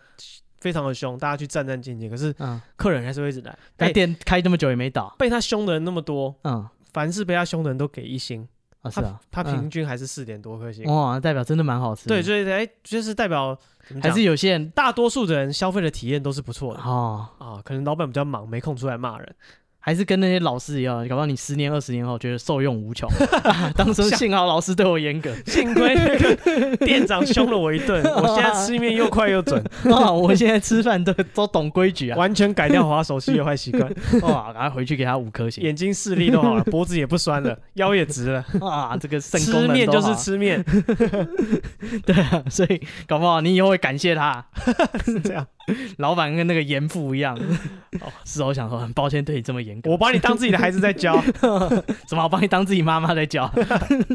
[SPEAKER 2] 非常的凶，大家去战战兢兢，可是
[SPEAKER 3] 嗯，
[SPEAKER 2] 客人还是会一直来，
[SPEAKER 3] 那
[SPEAKER 2] 哎，啊
[SPEAKER 3] 店开这么久也没倒，
[SPEAKER 2] 被他凶的人那么多，
[SPEAKER 3] 嗯，
[SPEAKER 2] 凡是被他凶的人都给一星，
[SPEAKER 3] 啊是啊，
[SPEAKER 2] 他
[SPEAKER 3] 嗯哦
[SPEAKER 2] 平均还是四点多颗星。
[SPEAKER 3] 哇，代表真的蛮好吃的，
[SPEAKER 2] 对，所以哎，就是代表怎么
[SPEAKER 3] 还
[SPEAKER 2] 讲
[SPEAKER 3] 是有些人
[SPEAKER 2] 大多数的人消费的体验都是不错的
[SPEAKER 3] 哦，
[SPEAKER 2] 啊。可能老板比较忙，没空出来骂 人。
[SPEAKER 3] 还是跟那些老师一样，搞不好你十年二十年后觉得受用 无穷。啊当初幸好老师对我严格，
[SPEAKER 2] 幸亏那个店长凶了我一 顿，我现在吃面又快又准，
[SPEAKER 3] 啊，我现在吃饭都都懂规矩啊。
[SPEAKER 2] 完全改掉滑手机的坏习 惯，
[SPEAKER 3] 哇，赶快回去给他五颗星
[SPEAKER 2] 眼睛视力都好了，脖子也不酸 了，腰也直了。
[SPEAKER 3] 啊！这个肾功
[SPEAKER 2] 吃
[SPEAKER 3] 能
[SPEAKER 2] 面
[SPEAKER 3] 都
[SPEAKER 2] 就是
[SPEAKER 3] 好
[SPEAKER 2] 吃面，
[SPEAKER 3] 对啊，所以搞不好你以后会感谢他。
[SPEAKER 2] 是这样。
[SPEAKER 3] 老板跟那个严 父一样，哦，是我想说，很抱歉对你这么严格，
[SPEAKER 2] 我把你当自己的孩子在 教，
[SPEAKER 3] 怎么我把你当自己妈妈 在教？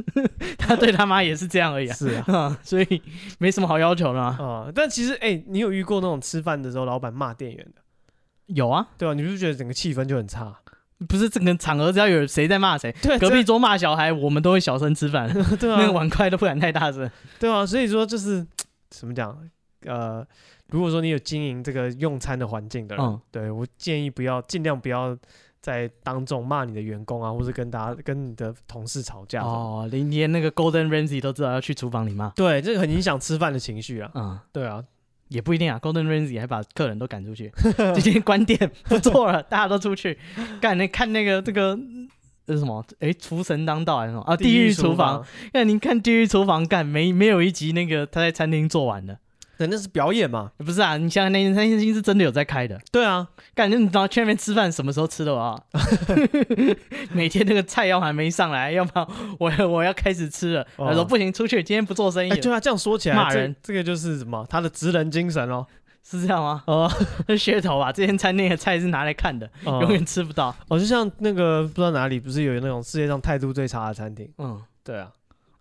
[SPEAKER 3] 他对他妈也是这样而已啊，
[SPEAKER 2] 是啊。
[SPEAKER 3] 啊 所以没什么好要求的啊。
[SPEAKER 2] 啊、但其实，哎、你有遇过那种吃饭的时候，老板骂店员的，
[SPEAKER 3] 有啊，
[SPEAKER 2] 对吧、你是不是觉得整个气氛就很差？
[SPEAKER 3] 不是整个场合只要有谁在骂谁，
[SPEAKER 2] 对
[SPEAKER 3] 隔壁桌骂小孩，我们都会小声吃饭，
[SPEAKER 2] 哎这对
[SPEAKER 3] 那个
[SPEAKER 2] 啊，
[SPEAKER 3] 碗筷都不敢太 大声。
[SPEAKER 2] 对啊，所以说就是怎么讲，呃，如果说你有经营这个用餐的环境的人，
[SPEAKER 3] 嗯，
[SPEAKER 2] 对我建议不要，尽量不要在当众骂你的员工啊，或是跟大家跟你的同事吵架。哦，
[SPEAKER 3] 哦，连连那个 Golden Ramsy 都知道要去厨房里骂。
[SPEAKER 2] 对，这个很影响吃饭的情绪啊。
[SPEAKER 3] 嗯，
[SPEAKER 2] 对啊，
[SPEAKER 3] 也不一定啊，Golden Ramsy 还把客人都赶出去， 直接关店不做了，大家都出去。 干那看那个这个这是什么？诶，厨神当道还是什么啊？地狱厨房。，那您看地狱厨房干没没有一集那个他在餐厅做完的。
[SPEAKER 2] 对，那是表演嘛。
[SPEAKER 3] 不是啊，你想想那间餐厅是真的有在开的，
[SPEAKER 2] 对啊，
[SPEAKER 3] 感觉你到去那边吃饭，什么时候吃的啊？ 每天那个菜要么还没上来，要么我我要开始吃了。
[SPEAKER 2] 哦
[SPEAKER 3] 他说不行，出去，今天不做生意
[SPEAKER 2] 哎、
[SPEAKER 3] 了，
[SPEAKER 2] 对啊，这样说起来，
[SPEAKER 3] 骂
[SPEAKER 2] 这
[SPEAKER 3] 人
[SPEAKER 2] 这个就是什么？他的职人精神哦。
[SPEAKER 3] 是这样吗？
[SPEAKER 2] 哦、
[SPEAKER 3] 这噱头吧，这间餐厅的菜是拿来看的，
[SPEAKER 2] 哦
[SPEAKER 3] 永远吃不到。
[SPEAKER 2] 哦，就像那个不知道哪里，不是有那种世界上态度最差的餐厅？
[SPEAKER 3] 嗯，
[SPEAKER 2] 对啊，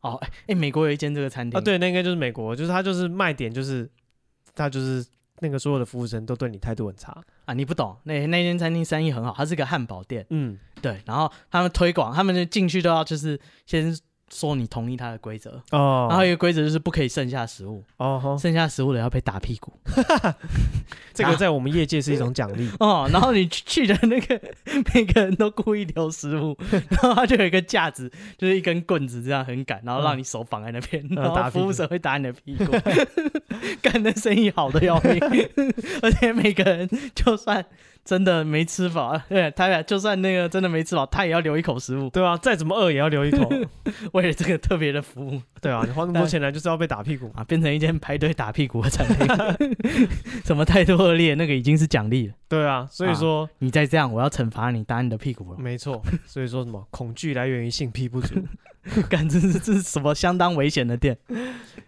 [SPEAKER 3] 哦，哎、哎美国有一间这个餐厅
[SPEAKER 2] 啊对，那应该就是美国，就是他就是卖点就是他就是那个所有的服务生都对你态度很差。
[SPEAKER 3] 啊你不懂，那那间餐厅生意很好，它是个汉堡店，
[SPEAKER 2] 嗯，
[SPEAKER 3] 对，然后他们推广，他们就进去都要就是先说你同意他的规则，
[SPEAKER 2] 哦，
[SPEAKER 3] 然后一个规则就是不可以剩下食物，
[SPEAKER 2] 哦吼，
[SPEAKER 3] 剩下食物的要被打屁股。
[SPEAKER 2] 这个在我们业界是一种奖励。
[SPEAKER 3] 哦，然后你去去的那个每个人都故意留食 物，然后他就有一个架子，就是一根棍子这样很赶，然后让你手绑在那边，
[SPEAKER 2] 嗯
[SPEAKER 3] 然后
[SPEAKER 2] 打屁股
[SPEAKER 3] 服务生会打你的屁 股，干的生意好的要命，而且每个人就算真的没吃饱，对，他俩就算那个真的没吃饱，他也要留一口食物，
[SPEAKER 2] 对啊，再怎么饿也要留一 口。
[SPEAKER 3] 为了这个特别的服务
[SPEAKER 2] 对啊，你花那么多钱来就是要被打屁股嘛。
[SPEAKER 3] 啊，变成一间排队打屁股的餐厅， 什么态度恶劣，那个已经是奖励了，
[SPEAKER 2] 对啊，所以说、
[SPEAKER 3] 你啊再这样，我要惩罚你，打你的屁股了。
[SPEAKER 2] 没错，所以说什么恐惧来源于性癖不足。
[SPEAKER 3] 干这是这是什么相当危险的店？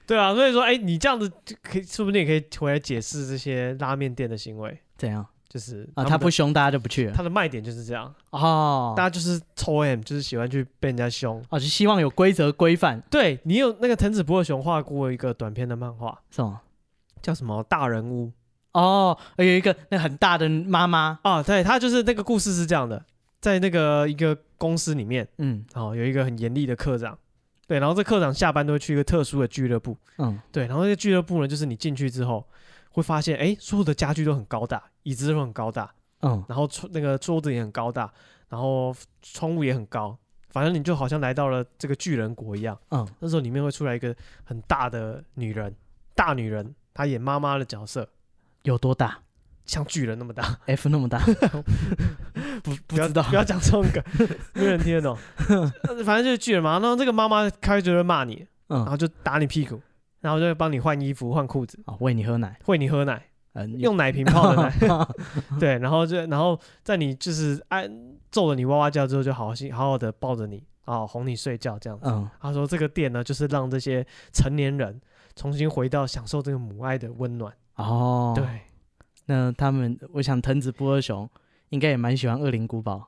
[SPEAKER 2] 对啊，所以说，哎、你这样子就可以，说不定也可以回来解释这些拉面店的行为，
[SPEAKER 3] 怎样
[SPEAKER 2] 就是
[SPEAKER 3] 啊？
[SPEAKER 2] 们
[SPEAKER 3] 他
[SPEAKER 2] 的
[SPEAKER 3] 不凶，大家就不去了
[SPEAKER 2] 他的卖点就是这样，
[SPEAKER 3] 哦。
[SPEAKER 2] 大家就是抽 M，就是喜欢去被人家凶。
[SPEAKER 3] 哦，就希望有规则规范，
[SPEAKER 2] 对你有那个藤子不二雄画过一个短片的漫画，
[SPEAKER 3] 是吗？
[SPEAKER 2] 叫什么《大人物》
[SPEAKER 3] 哦，有一个那很大的妈妈，
[SPEAKER 2] 啊？对，他就是那个故事是这样的，在那个一个公司里面，
[SPEAKER 3] 嗯
[SPEAKER 2] 哦，有一个很严厉的科长，对，然后这科长下班都会去一个特殊的俱乐部，
[SPEAKER 3] 嗯，
[SPEAKER 2] 对，然后那个俱乐部呢，就是你进去之后会发现，哎，所有的家具都很高大，椅子都很高大，
[SPEAKER 3] 嗯，
[SPEAKER 2] 然后桌那个桌子也很高大，然后窗户也很高，反正你就好像来到了这个巨人国一样。
[SPEAKER 3] 嗯，
[SPEAKER 2] 那时候里面会出来一个很大的女人，大女人，她演妈妈的角色，
[SPEAKER 3] 有多大
[SPEAKER 2] 像巨人那么大。
[SPEAKER 3] ？F 那么大，不不
[SPEAKER 2] 要
[SPEAKER 3] 知道
[SPEAKER 2] 不要讲这种梗，没有人听得懂。 呃反正就是巨人嘛，然后这个妈妈开就会骂你， 然
[SPEAKER 3] 嗯
[SPEAKER 2] 后就打你屁股，然后就会帮你换衣服、换裤子，
[SPEAKER 3] 啊，喂你喝奶，
[SPEAKER 2] 喂你喝奶，
[SPEAKER 3] 嗯，
[SPEAKER 2] 用奶瓶泡的 奶。
[SPEAKER 3] 奶，
[SPEAKER 2] 对，然后就然后在你就是按揍了你哇哇叫之后，就好好心好好的抱着你，啊，哄你睡觉这样子。
[SPEAKER 3] 嗯，
[SPEAKER 2] 他说这个店呢，就是让这些成年人重新回到享受这个母爱的温暖。
[SPEAKER 3] 哦，
[SPEAKER 2] 对，，
[SPEAKER 3] 那他们，我想藤子不二雄应该也蛮喜欢恶灵古堡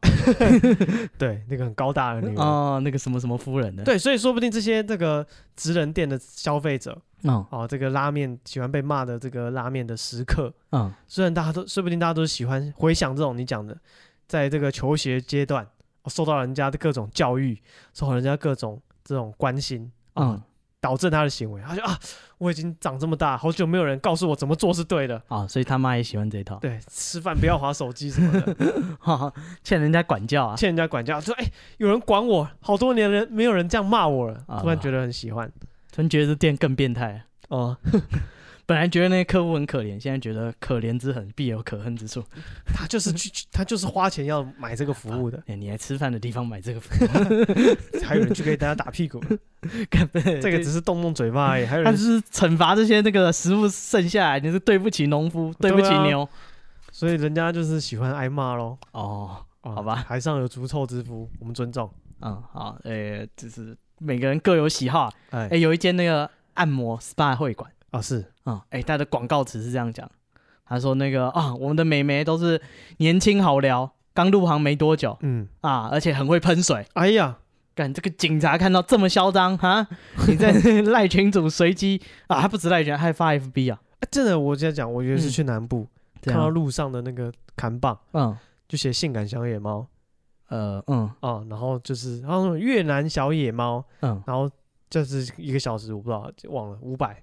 [SPEAKER 2] 对，那个很高大的女人。
[SPEAKER 3] 哦，那个什么什么夫人的，，
[SPEAKER 2] 对，所以说不定这些这个职人店的消费者，
[SPEAKER 3] 嗯
[SPEAKER 2] 哦，这个拉面喜欢被骂的这个拉面的食客，
[SPEAKER 3] 嗯，
[SPEAKER 2] 虽然大家都，说不定大家都喜欢回想这种你讲的，在这个求学阶段、哦受到人家的各种教育，受到人家各种这种关心，
[SPEAKER 3] 嗯
[SPEAKER 2] 导致他的行为。他就啊，我已经长这么大，好久没有人告诉我怎么做是对的。
[SPEAKER 3] 啊，所以他妈也喜欢这一 套，
[SPEAKER 2] 对，吃饭不要划手机什么 的，
[SPEAKER 3] 哈哈欠人家管教 啊，
[SPEAKER 2] 欠人家管教，说哎、有人管我，好多年人没有人这样骂我了，
[SPEAKER 3] 啊
[SPEAKER 2] 突然觉得很喜欢
[SPEAKER 3] 突然觉得这店更变态了。啊
[SPEAKER 2] 哦、
[SPEAKER 3] 本来觉得那些客户很可怜，现在觉得可怜之恨必有可恨之处。
[SPEAKER 2] 他就是去，去他就是花钱要买这个服务 的，
[SPEAKER 3] 哎、你来吃饭的地方买这个 服务，
[SPEAKER 2] 还有人去给大家打屁股，
[SPEAKER 3] 干不
[SPEAKER 2] 这个只是动动嘴巴而已，还有
[SPEAKER 3] 他就
[SPEAKER 2] 人，
[SPEAKER 3] 是惩罚这些那个食物剩下来，你是对不起农夫，对不起
[SPEAKER 2] 对啊
[SPEAKER 3] 牛。
[SPEAKER 2] 所以人家就是喜欢挨骂喽。
[SPEAKER 3] 哦，
[SPEAKER 2] 哦
[SPEAKER 3] 好吧
[SPEAKER 2] 台上有足臭之夫， 我们尊重。
[SPEAKER 3] 嗯，好，呃、就是每个人各有喜好。
[SPEAKER 2] 哎
[SPEAKER 3] 哎、有一间那个按摩 SPA 会馆，
[SPEAKER 2] 啊是，
[SPEAKER 3] 嗯，哎、他的广告词是这样讲，他说那个啊，我们的美眉都是年轻好聊，刚入行没多久
[SPEAKER 2] 嗯，
[SPEAKER 3] 啊，而且很会喷水。
[SPEAKER 2] 哎呀，
[SPEAKER 3] 干这个警察看到这么嚣张 哈，你在 赖群主随机啊，他不止赖群，还发 FB 啊，
[SPEAKER 2] 啊真的，我现在讲，我觉得是
[SPEAKER 3] 嗯
[SPEAKER 2] 去南部、
[SPEAKER 3] 这
[SPEAKER 2] 看到
[SPEAKER 3] 样
[SPEAKER 2] 路上的那个砍棒，
[SPEAKER 3] 嗯
[SPEAKER 2] 就写性感小野猫
[SPEAKER 3] 呃嗯
[SPEAKER 2] 啊、然后就是然后越南小野猫，
[SPEAKER 3] 嗯，
[SPEAKER 2] 然后就是一个小时，我不知道忘了五百，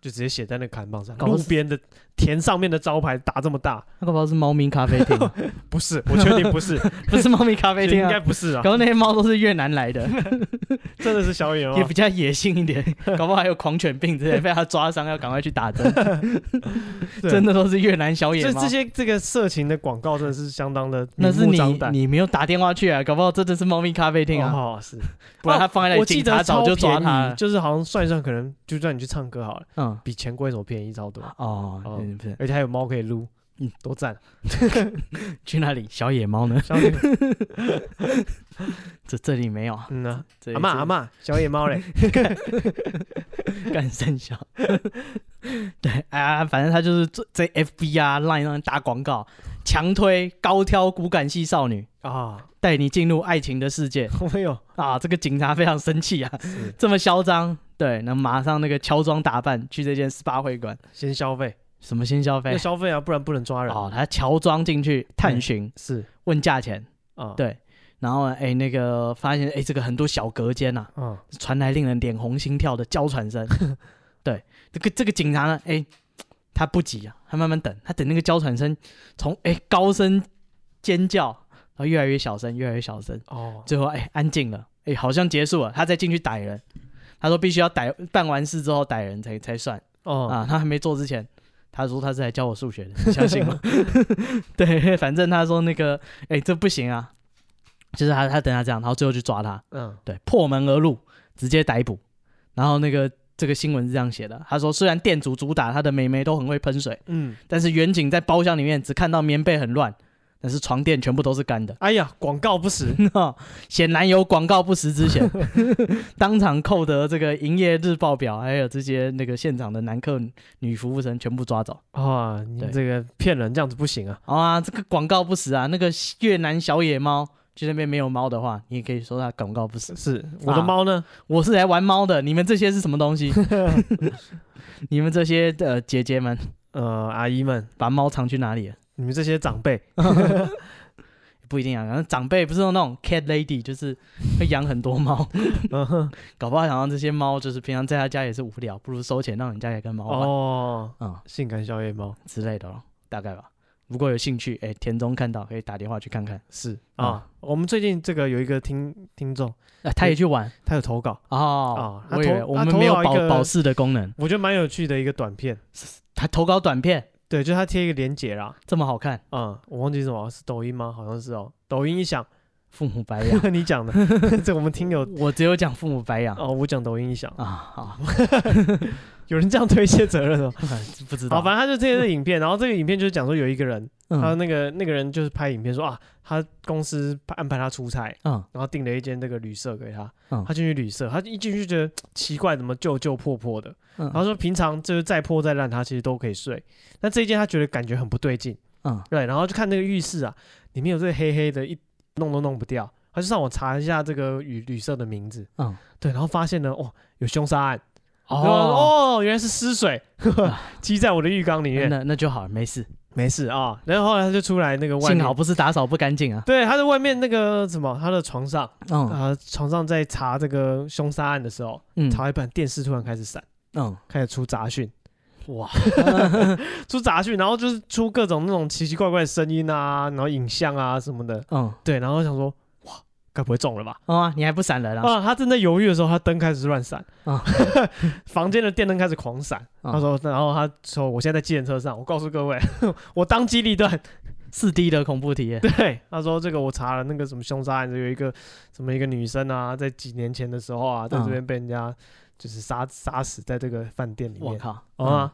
[SPEAKER 2] 就直接写在那个砍棒上，
[SPEAKER 3] 搞不
[SPEAKER 2] 路
[SPEAKER 3] 死
[SPEAKER 2] 边的田上面的招牌打这么大，
[SPEAKER 3] 那个不知道是猫咪咖啡 厅啊，
[SPEAKER 2] 不 是，我确定不是，
[SPEAKER 3] 不是猫咪咖啡
[SPEAKER 2] 应
[SPEAKER 3] 厅
[SPEAKER 2] 该
[SPEAKER 3] 啊。
[SPEAKER 2] 不是啊
[SPEAKER 3] 搞，不好那些猫都是越南来 的，
[SPEAKER 2] 真的是小野猫
[SPEAKER 3] 也比较野性 一点，搞不好还有狂犬病之类，被他抓伤要赶快去打针。
[SPEAKER 2] 对
[SPEAKER 3] 真的都是越南小野
[SPEAKER 2] 这
[SPEAKER 3] 猫
[SPEAKER 2] 这。些这个色情的广告真的是相当的
[SPEAKER 3] 那是
[SPEAKER 2] 明目
[SPEAKER 3] 你
[SPEAKER 2] 张胆
[SPEAKER 3] 你没有打电话去啊，搞不好真的是猫咪咖啡厅啊，
[SPEAKER 2] 哦，是，
[SPEAKER 3] 不然他放在那里，
[SPEAKER 2] 我记
[SPEAKER 3] 啊警
[SPEAKER 2] 得
[SPEAKER 3] 察早就抓
[SPEAKER 2] 超便
[SPEAKER 3] 他
[SPEAKER 2] 宜
[SPEAKER 3] 了。
[SPEAKER 2] 就是好像算一算，可能就算你去唱歌好了，
[SPEAKER 3] 嗯，
[SPEAKER 2] 比钱柜手便宜超多，
[SPEAKER 3] 哦，
[SPEAKER 2] 哦
[SPEAKER 3] 嗯不是
[SPEAKER 2] 而且还有猫可以撸，嗯
[SPEAKER 3] 嗯，
[SPEAKER 2] 多赞！
[SPEAKER 3] 去那里小野猫呢？
[SPEAKER 2] 小野，
[SPEAKER 3] 这这里没有啊，
[SPEAKER 2] 嗯 啊，
[SPEAKER 3] 这
[SPEAKER 2] 阿妈
[SPEAKER 3] 这
[SPEAKER 2] 阿妈，小野猫嘞，
[SPEAKER 3] 干三小。 对啊，反正他就是做在 FB 啊、Line 上打广告，强推高挑骨感系少女，
[SPEAKER 2] 啊，
[SPEAKER 3] 带你进入爱情的世界
[SPEAKER 2] 我没有，
[SPEAKER 3] 啊！这个警察非常生气啊，
[SPEAKER 2] 是
[SPEAKER 3] 这么嚣张，对，那马上那个乔装打扮去这间 SPA 会馆，
[SPEAKER 2] 先消费，
[SPEAKER 3] 什么新消费
[SPEAKER 2] 要消费啊，不然不能抓人。
[SPEAKER 3] 哦，他乔装进去探寻，
[SPEAKER 2] 是
[SPEAKER 3] 问价钱，
[SPEAKER 2] 啊，
[SPEAKER 3] 对。然后呢哎，那个发现哎，这个很多小隔间呐、
[SPEAKER 2] 啊，
[SPEAKER 3] 传来令人脸红心跳的娇喘声。对，这个这个警察呢，哎，他不急啊，他慢慢等，他等那个娇喘声从哎高声尖叫，然后越来越小声，越来越小声，
[SPEAKER 2] 哦，
[SPEAKER 3] 最后哎安静了，哎好像结束了，他再进去逮人。他说必须要逮办完事之后逮人才才算
[SPEAKER 2] 哦，
[SPEAKER 3] 啊，他还没做之前。他说他是来教我数学的，你相信吗？对，反正他说那个，哎、这不行啊，就是他他等他这样，然后最后去抓他，
[SPEAKER 2] 嗯，
[SPEAKER 3] 对，破门而入，直接逮捕。然后那个这个新闻是这样写的，他说虽然店主主打他的美眉都很会喷水，
[SPEAKER 2] 嗯，
[SPEAKER 3] 但是远景在包厢里面只看到棉被很乱，但是床垫全部都是干的。
[SPEAKER 2] 哎呀，广告不实，
[SPEAKER 3] 显然有广告不实之嫌， 当场扣得这个营业日报表，还有这些那个现场的男客女服务生全部抓走。
[SPEAKER 2] 啊，你
[SPEAKER 3] 对
[SPEAKER 2] 这个骗人这样子不行啊！
[SPEAKER 3] 好啊，这个广告不实啊，那个越南小野猫。去那边没有猫的话，你也可以说它广告不实。
[SPEAKER 2] 是我
[SPEAKER 3] 啊
[SPEAKER 2] 的猫 呢？
[SPEAKER 3] 我是来玩猫的，你们这些是什么东西？你们这些呃姐姐们，
[SPEAKER 2] 呃，阿姨们，
[SPEAKER 3] 把猫藏去哪里了？
[SPEAKER 2] 你们这些长辈，
[SPEAKER 3] 不一定啊，然后长辈不是有那种 cat lady，就是会养很多猫，
[SPEAKER 2] 嗯哼
[SPEAKER 3] 搞不好想让这些猫就是平常在他家也是无聊，不如收钱让人家也跟猫玩。
[SPEAKER 2] 哦，
[SPEAKER 3] 嗯
[SPEAKER 2] 性感小野猫
[SPEAKER 3] 之类的咯，大概吧。如果有兴趣，哎、田中看到可以打电话去看看。
[SPEAKER 2] 是啊。我们最近这个有一个听听众，
[SPEAKER 3] 啊、他也去玩
[SPEAKER 2] 他有投稿，
[SPEAKER 3] 哦
[SPEAKER 2] 啊哎他
[SPEAKER 3] 我以为
[SPEAKER 2] 投
[SPEAKER 3] 我
[SPEAKER 2] 他
[SPEAKER 3] 们
[SPEAKER 2] 投
[SPEAKER 3] 没有
[SPEAKER 2] 到一
[SPEAKER 3] 保
[SPEAKER 2] 个
[SPEAKER 3] 保释的功能，
[SPEAKER 2] 我觉得蛮有趣的一个短片。
[SPEAKER 3] 他投稿短片
[SPEAKER 2] 对，就他贴一个链接啦，
[SPEAKER 3] 这么好看，
[SPEAKER 2] 嗯，我忘记是什么，是抖音吗？好像是哦，抖音一响，
[SPEAKER 3] 父母 白养。
[SPEAKER 2] 你讲的， 这我们听友
[SPEAKER 3] 我只有讲父母白养啊
[SPEAKER 2] 哦，我讲抖音一响，
[SPEAKER 3] 好，
[SPEAKER 2] 有人这样推卸责任哦。
[SPEAKER 3] 不知道。
[SPEAKER 2] 好，反正他就贴这个影片，然后这个影片就是讲说有一个人，他
[SPEAKER 3] 嗯
[SPEAKER 2] 那个那个人就是拍影片说啊，他公司安排他出差，
[SPEAKER 3] 嗯
[SPEAKER 2] 然后订了一间这个旅社给他，
[SPEAKER 3] 嗯
[SPEAKER 2] 他进去旅社，他一进去觉得奇怪，怎么旧旧破破的，然后
[SPEAKER 3] 嗯
[SPEAKER 2] 说平常就是再破再烂，他其实都可以睡，但这一间他觉得感觉很不对劲，
[SPEAKER 3] 嗯
[SPEAKER 2] 对，然后就看那个浴室啊，里面有这个黑黑的，一弄都弄不掉，他就上网查一下这个旅旅社的名字，
[SPEAKER 3] 嗯，
[SPEAKER 2] 对，然后发现呢，哦，有凶杀案，然后
[SPEAKER 3] 哦，啊
[SPEAKER 2] 哦原来是湿水 积在我的浴缸里面，
[SPEAKER 3] 那那就好，没事。
[SPEAKER 2] 没事啊、然后后来他就出来那个外
[SPEAKER 3] 幸
[SPEAKER 2] 面
[SPEAKER 3] 好，不是打扫不干净啊。
[SPEAKER 2] 对，他在外面那个什么，他的床上
[SPEAKER 3] 嗯
[SPEAKER 2] 啊、床上在查这个凶杀案的时候，
[SPEAKER 3] 嗯
[SPEAKER 2] 查到一半电视突然开始闪，
[SPEAKER 3] 嗯，
[SPEAKER 2] 开始出杂讯。
[SPEAKER 3] 哇，
[SPEAKER 2] 出杂讯，然后就是出各种那种奇奇怪怪的声音啊，然后影像啊什么的。
[SPEAKER 3] 嗯
[SPEAKER 2] 对，然后想说，哇，该不会中了吧？
[SPEAKER 3] 哦啊，你还不闪人啊？
[SPEAKER 2] 啊，他正在犹豫的时候，他灯开始乱闪，
[SPEAKER 3] 啊
[SPEAKER 2] 房间的电灯开始狂闪。
[SPEAKER 3] 啊
[SPEAKER 2] 他说，然后他说，我现在在计程车上，我告诉各位， 我当机立断。
[SPEAKER 3] 四 D 的恐怖体验。
[SPEAKER 2] 对，他说这个我查了那个什么凶杀案，有一个什么一个女生啊，在几年前的时候啊，在这边被人家就是杀杀死在这个饭店里
[SPEAKER 3] 我
[SPEAKER 2] 面。
[SPEAKER 3] 靠！
[SPEAKER 2] 哦啊，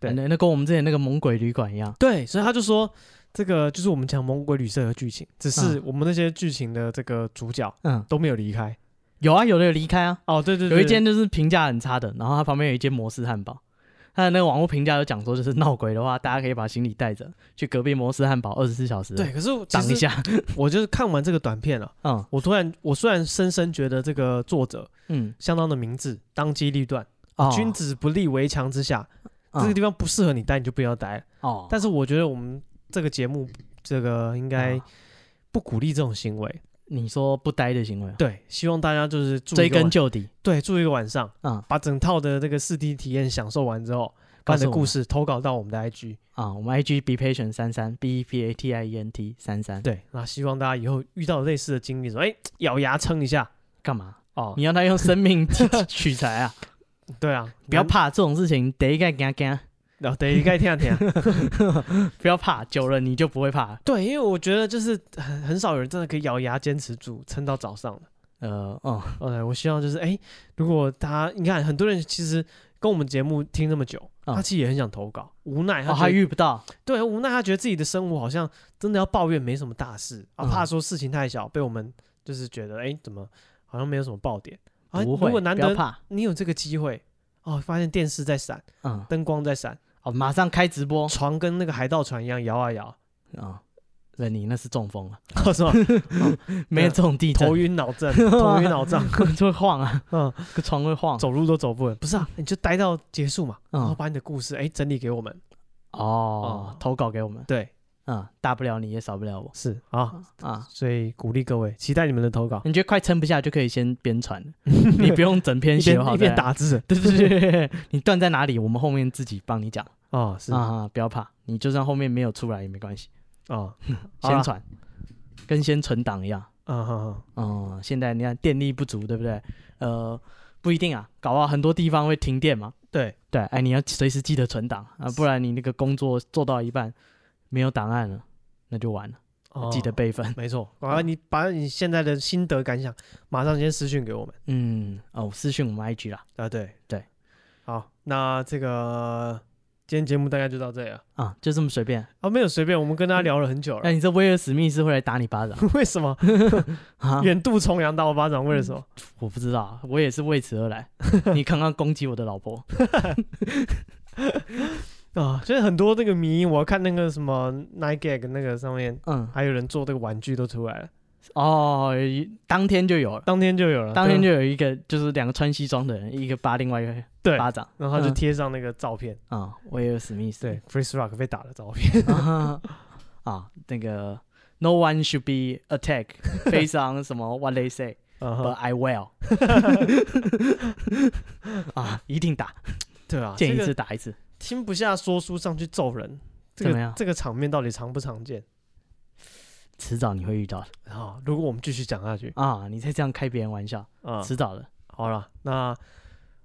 [SPEAKER 3] 对，
[SPEAKER 2] 对
[SPEAKER 3] 那那跟我们之前那个猛鬼旅馆一样。
[SPEAKER 2] 对，所以他就说，这个就是我们讲《猛鬼旅社》的剧情，只是我们那些剧情的这个主角
[SPEAKER 3] 嗯，
[SPEAKER 2] 都没有离开。
[SPEAKER 3] 有啊，有的有离开啊。
[SPEAKER 2] 哦，对对
[SPEAKER 3] 有一间就是评价很差的，然后它旁边有一间摩斯汉堡，它的那个网络评价就讲说，就是闹鬼的话，大家可以把行李带着去隔壁摩斯汉堡二十四小时
[SPEAKER 2] 对，可是我
[SPEAKER 3] 挡一，
[SPEAKER 2] 其实
[SPEAKER 3] 下。
[SPEAKER 2] 我就是看完这个短片了、
[SPEAKER 3] 嗯
[SPEAKER 2] 我突然，我虽然深深觉得这个作者
[SPEAKER 3] 嗯，
[SPEAKER 2] 相当的明智，当机立断，
[SPEAKER 3] 哦嗯
[SPEAKER 2] 君子不立围墙之下，这个地方不适合你待，你就不要待了。
[SPEAKER 3] 哦，
[SPEAKER 2] 但是我觉得我们这个节目，这个应该
[SPEAKER 3] 哦
[SPEAKER 2] 不鼓励这种行为。
[SPEAKER 3] 你说不呆的行为啊，
[SPEAKER 2] 对，希望大家就是住
[SPEAKER 3] 追
[SPEAKER 2] 一个
[SPEAKER 3] 根
[SPEAKER 2] 晚
[SPEAKER 3] 究底。
[SPEAKER 2] 对住一个晚上，
[SPEAKER 3] 嗯
[SPEAKER 2] 把整套的这个四 D 体验享受完之后，把
[SPEAKER 3] 告
[SPEAKER 2] 你
[SPEAKER 3] 诉
[SPEAKER 2] 的
[SPEAKER 3] 我
[SPEAKER 2] 故事投稿到我们的 IG。
[SPEAKER 3] 啊，我们 IG be patient 三三 b e p a t i e n t 三三，
[SPEAKER 2] 对，那希望大家以后遇到类似的经历的时候，哎，咬牙撑一下
[SPEAKER 3] 干嘛？
[SPEAKER 2] 哦
[SPEAKER 3] 你。要他用生命取取材 啊！
[SPEAKER 2] 对啊，
[SPEAKER 3] 不要
[SPEAKER 2] 怕，
[SPEAKER 3] 怕这种事情，得一个干干，
[SPEAKER 2] 然后等一该听啊听 啊。
[SPEAKER 3] 不要怕，久了你就不会怕了。
[SPEAKER 2] 对，因为我觉得就是很很少有人真的可以咬牙坚持住，撑到早上的。
[SPEAKER 3] 呃，哦，
[SPEAKER 2] OK，我希望就是哎，如果他你看很多人其实跟我们节目听那么久，
[SPEAKER 3] 嗯
[SPEAKER 2] 他其实也很想投稿，无奈哎他觉
[SPEAKER 3] 哦，
[SPEAKER 2] 得
[SPEAKER 3] 还遇不到，
[SPEAKER 2] 对，无奈他觉得自己的生活好像真的要抱怨没什么大事啊，
[SPEAKER 3] 嗯
[SPEAKER 2] 怕说事情太小，被我们就是觉得哎、怎么好像没有什么爆点啊。
[SPEAKER 3] 不
[SPEAKER 2] 如
[SPEAKER 3] 会，
[SPEAKER 2] 果难
[SPEAKER 3] 不要
[SPEAKER 2] 得
[SPEAKER 3] 怕，
[SPEAKER 2] 你有这个机会哦，发现电视在闪，
[SPEAKER 3] 嗯，
[SPEAKER 2] 灯光在闪，
[SPEAKER 3] 哦，马上开直播
[SPEAKER 2] 床跟那个海盗船一样摇啊摇，
[SPEAKER 3] 啊！那、你那是中风了，
[SPEAKER 2] 哦是吧？
[SPEAKER 3] 没有这种地震
[SPEAKER 2] 嗯头，晕脑 震，头晕脑胀，
[SPEAKER 3] 就会晃啊，
[SPEAKER 2] 嗯，
[SPEAKER 3] 个床会晃。
[SPEAKER 2] 走路都走不稳。不是啊，你就待到结束嘛，然后
[SPEAKER 3] 嗯，
[SPEAKER 2] 把你的故事哎、整理给我们。
[SPEAKER 3] 哦
[SPEAKER 2] 哦，
[SPEAKER 3] 投稿给我们，
[SPEAKER 2] 对，
[SPEAKER 3] 嗯，大不了你也少不了我
[SPEAKER 2] 是啊，
[SPEAKER 3] 啊。
[SPEAKER 2] 所以鼓励各位，期待你们的投稿，
[SPEAKER 3] 你觉得快撑不下就可以先编传了，你不用整 篇
[SPEAKER 2] 一
[SPEAKER 3] 写
[SPEAKER 2] 边嗯
[SPEAKER 3] 好
[SPEAKER 2] 一边
[SPEAKER 3] 再来。
[SPEAKER 2] 打字
[SPEAKER 3] 对对对对对， 你断在哪里，我们后面自己帮你讲
[SPEAKER 2] 哦，是啊
[SPEAKER 3] 啊，不要怕，你就算后面没有出来也没关系，
[SPEAKER 2] 哦，好
[SPEAKER 3] 先
[SPEAKER 2] 啦
[SPEAKER 3] 传，跟先存档一样。
[SPEAKER 2] 啊哈哈。
[SPEAKER 3] 哦、现在你看电力不足，对不对？呃，不一定啊，搞不好很多地方会停电嘛。
[SPEAKER 2] 对
[SPEAKER 3] 对，哎，你要随时记得存档啊，不然你那个工作做到一半没有档案了，那就完了，
[SPEAKER 2] 哦
[SPEAKER 3] 记得备份。
[SPEAKER 2] 没错，啊，你把你现在的心得感想，马上先私讯给我们
[SPEAKER 3] 嗯，哦，私讯我们 IG 啦。
[SPEAKER 2] 啊，对
[SPEAKER 3] 对，
[SPEAKER 2] 好，那这个今天节目大概就到这里了。
[SPEAKER 3] 啊，就这么随便。
[SPEAKER 2] 啊，没有随便，我们跟
[SPEAKER 3] 嗯
[SPEAKER 2] 大家聊了很久
[SPEAKER 3] 那
[SPEAKER 2] 了。
[SPEAKER 3] 你这威尔史密斯会来打你巴掌
[SPEAKER 2] 为什么
[SPEAKER 3] 啊？
[SPEAKER 2] 远渡重洋打我巴掌？为了什么？
[SPEAKER 3] 我不知道，我也是为此而 来。你刚刚攻击我的老婆，嗯
[SPEAKER 2] 啊，就是很多那个迷因，我看那个什么 Nike Gag 那个上面，
[SPEAKER 3] 嗯，
[SPEAKER 2] 还有人做这个玩具都出来了，
[SPEAKER 3] 哦，当天就有了，
[SPEAKER 2] 当天就有了，
[SPEAKER 3] 当天
[SPEAKER 2] 对
[SPEAKER 3] 就有一个就是两个穿西装的人，一个扒另外一个
[SPEAKER 2] 对，
[SPEAKER 3] 巴掌
[SPEAKER 2] 然后他就
[SPEAKER 3] 嗯
[SPEAKER 2] 贴上那个照片，
[SPEAKER 3] 啊，威尔史密斯
[SPEAKER 2] 对 Chris Rock 被打的照 片，
[SPEAKER 3] 啊 啊，那个 No one should be attacked based on 什么 what they say。
[SPEAKER 2] 嗯
[SPEAKER 3] But
[SPEAKER 2] 哼
[SPEAKER 3] I will 啊，一定打，
[SPEAKER 2] 对啊，
[SPEAKER 3] 见一
[SPEAKER 2] 这
[SPEAKER 3] 次
[SPEAKER 2] 个
[SPEAKER 3] 打一次，
[SPEAKER 2] 听不下说书上去揍人，这
[SPEAKER 3] 怎么
[SPEAKER 2] 个
[SPEAKER 3] 样
[SPEAKER 2] 这个场面到底常不常见？
[SPEAKER 3] 迟早你会遇到的
[SPEAKER 2] 啊，如果我们继续讲下去
[SPEAKER 3] 啊！你再这样开别人玩笑，
[SPEAKER 2] 啊，
[SPEAKER 3] 迟早的
[SPEAKER 2] 好了，那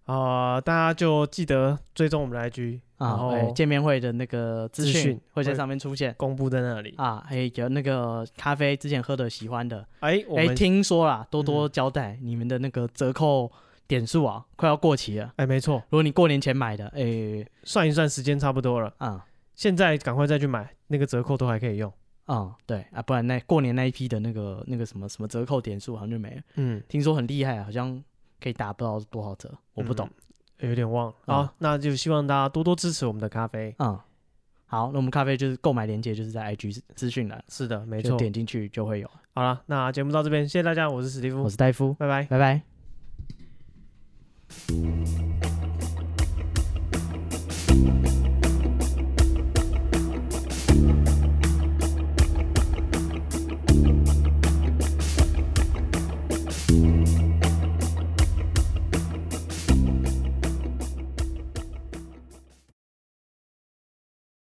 [SPEAKER 2] 啊、大家就记得追踪我们的 IG，然
[SPEAKER 3] 啊！
[SPEAKER 2] 后
[SPEAKER 3] 哎见面会的那个资
[SPEAKER 2] 资
[SPEAKER 3] 讯
[SPEAKER 2] 讯
[SPEAKER 3] 会在
[SPEAKER 2] 会
[SPEAKER 3] 上面出现
[SPEAKER 2] 公布在那里。
[SPEAKER 3] 啊，还有那个咖啡之前喝的喜欢的，
[SPEAKER 2] 哎、我
[SPEAKER 3] 哎，
[SPEAKER 2] 们
[SPEAKER 3] 听说啦，多多交代你们的那个折扣点数啊，快要过期了。
[SPEAKER 2] 哎、没错，
[SPEAKER 3] 如果你过年前买的，哎
[SPEAKER 2] 算一算时间差不多了，
[SPEAKER 3] 啊
[SPEAKER 2] 现在赶快再去买，那个折扣都还可以用。
[SPEAKER 3] 啊，对啊，不然那过年那一批的那个那个什么什么折扣点数好像就没了。
[SPEAKER 2] 嗯，
[SPEAKER 3] 听说很厉害，好像可以打不知道多少折，我不懂。
[SPEAKER 2] 嗯有点忘了。好、
[SPEAKER 3] 啊
[SPEAKER 2] 那就希望大家多多支持我们的咖啡。
[SPEAKER 3] 嗯好，那我们咖啡就是购买链接，就是在 IG 资资讯栏，
[SPEAKER 2] 是的，没
[SPEAKER 3] 就
[SPEAKER 2] 错。
[SPEAKER 3] 点进去就会有。
[SPEAKER 2] 好了，那节目到这嗯边，谢谢大家，我是史蒂夫
[SPEAKER 3] 我，是戴夫，
[SPEAKER 2] 拜拜。
[SPEAKER 3] 拜拜。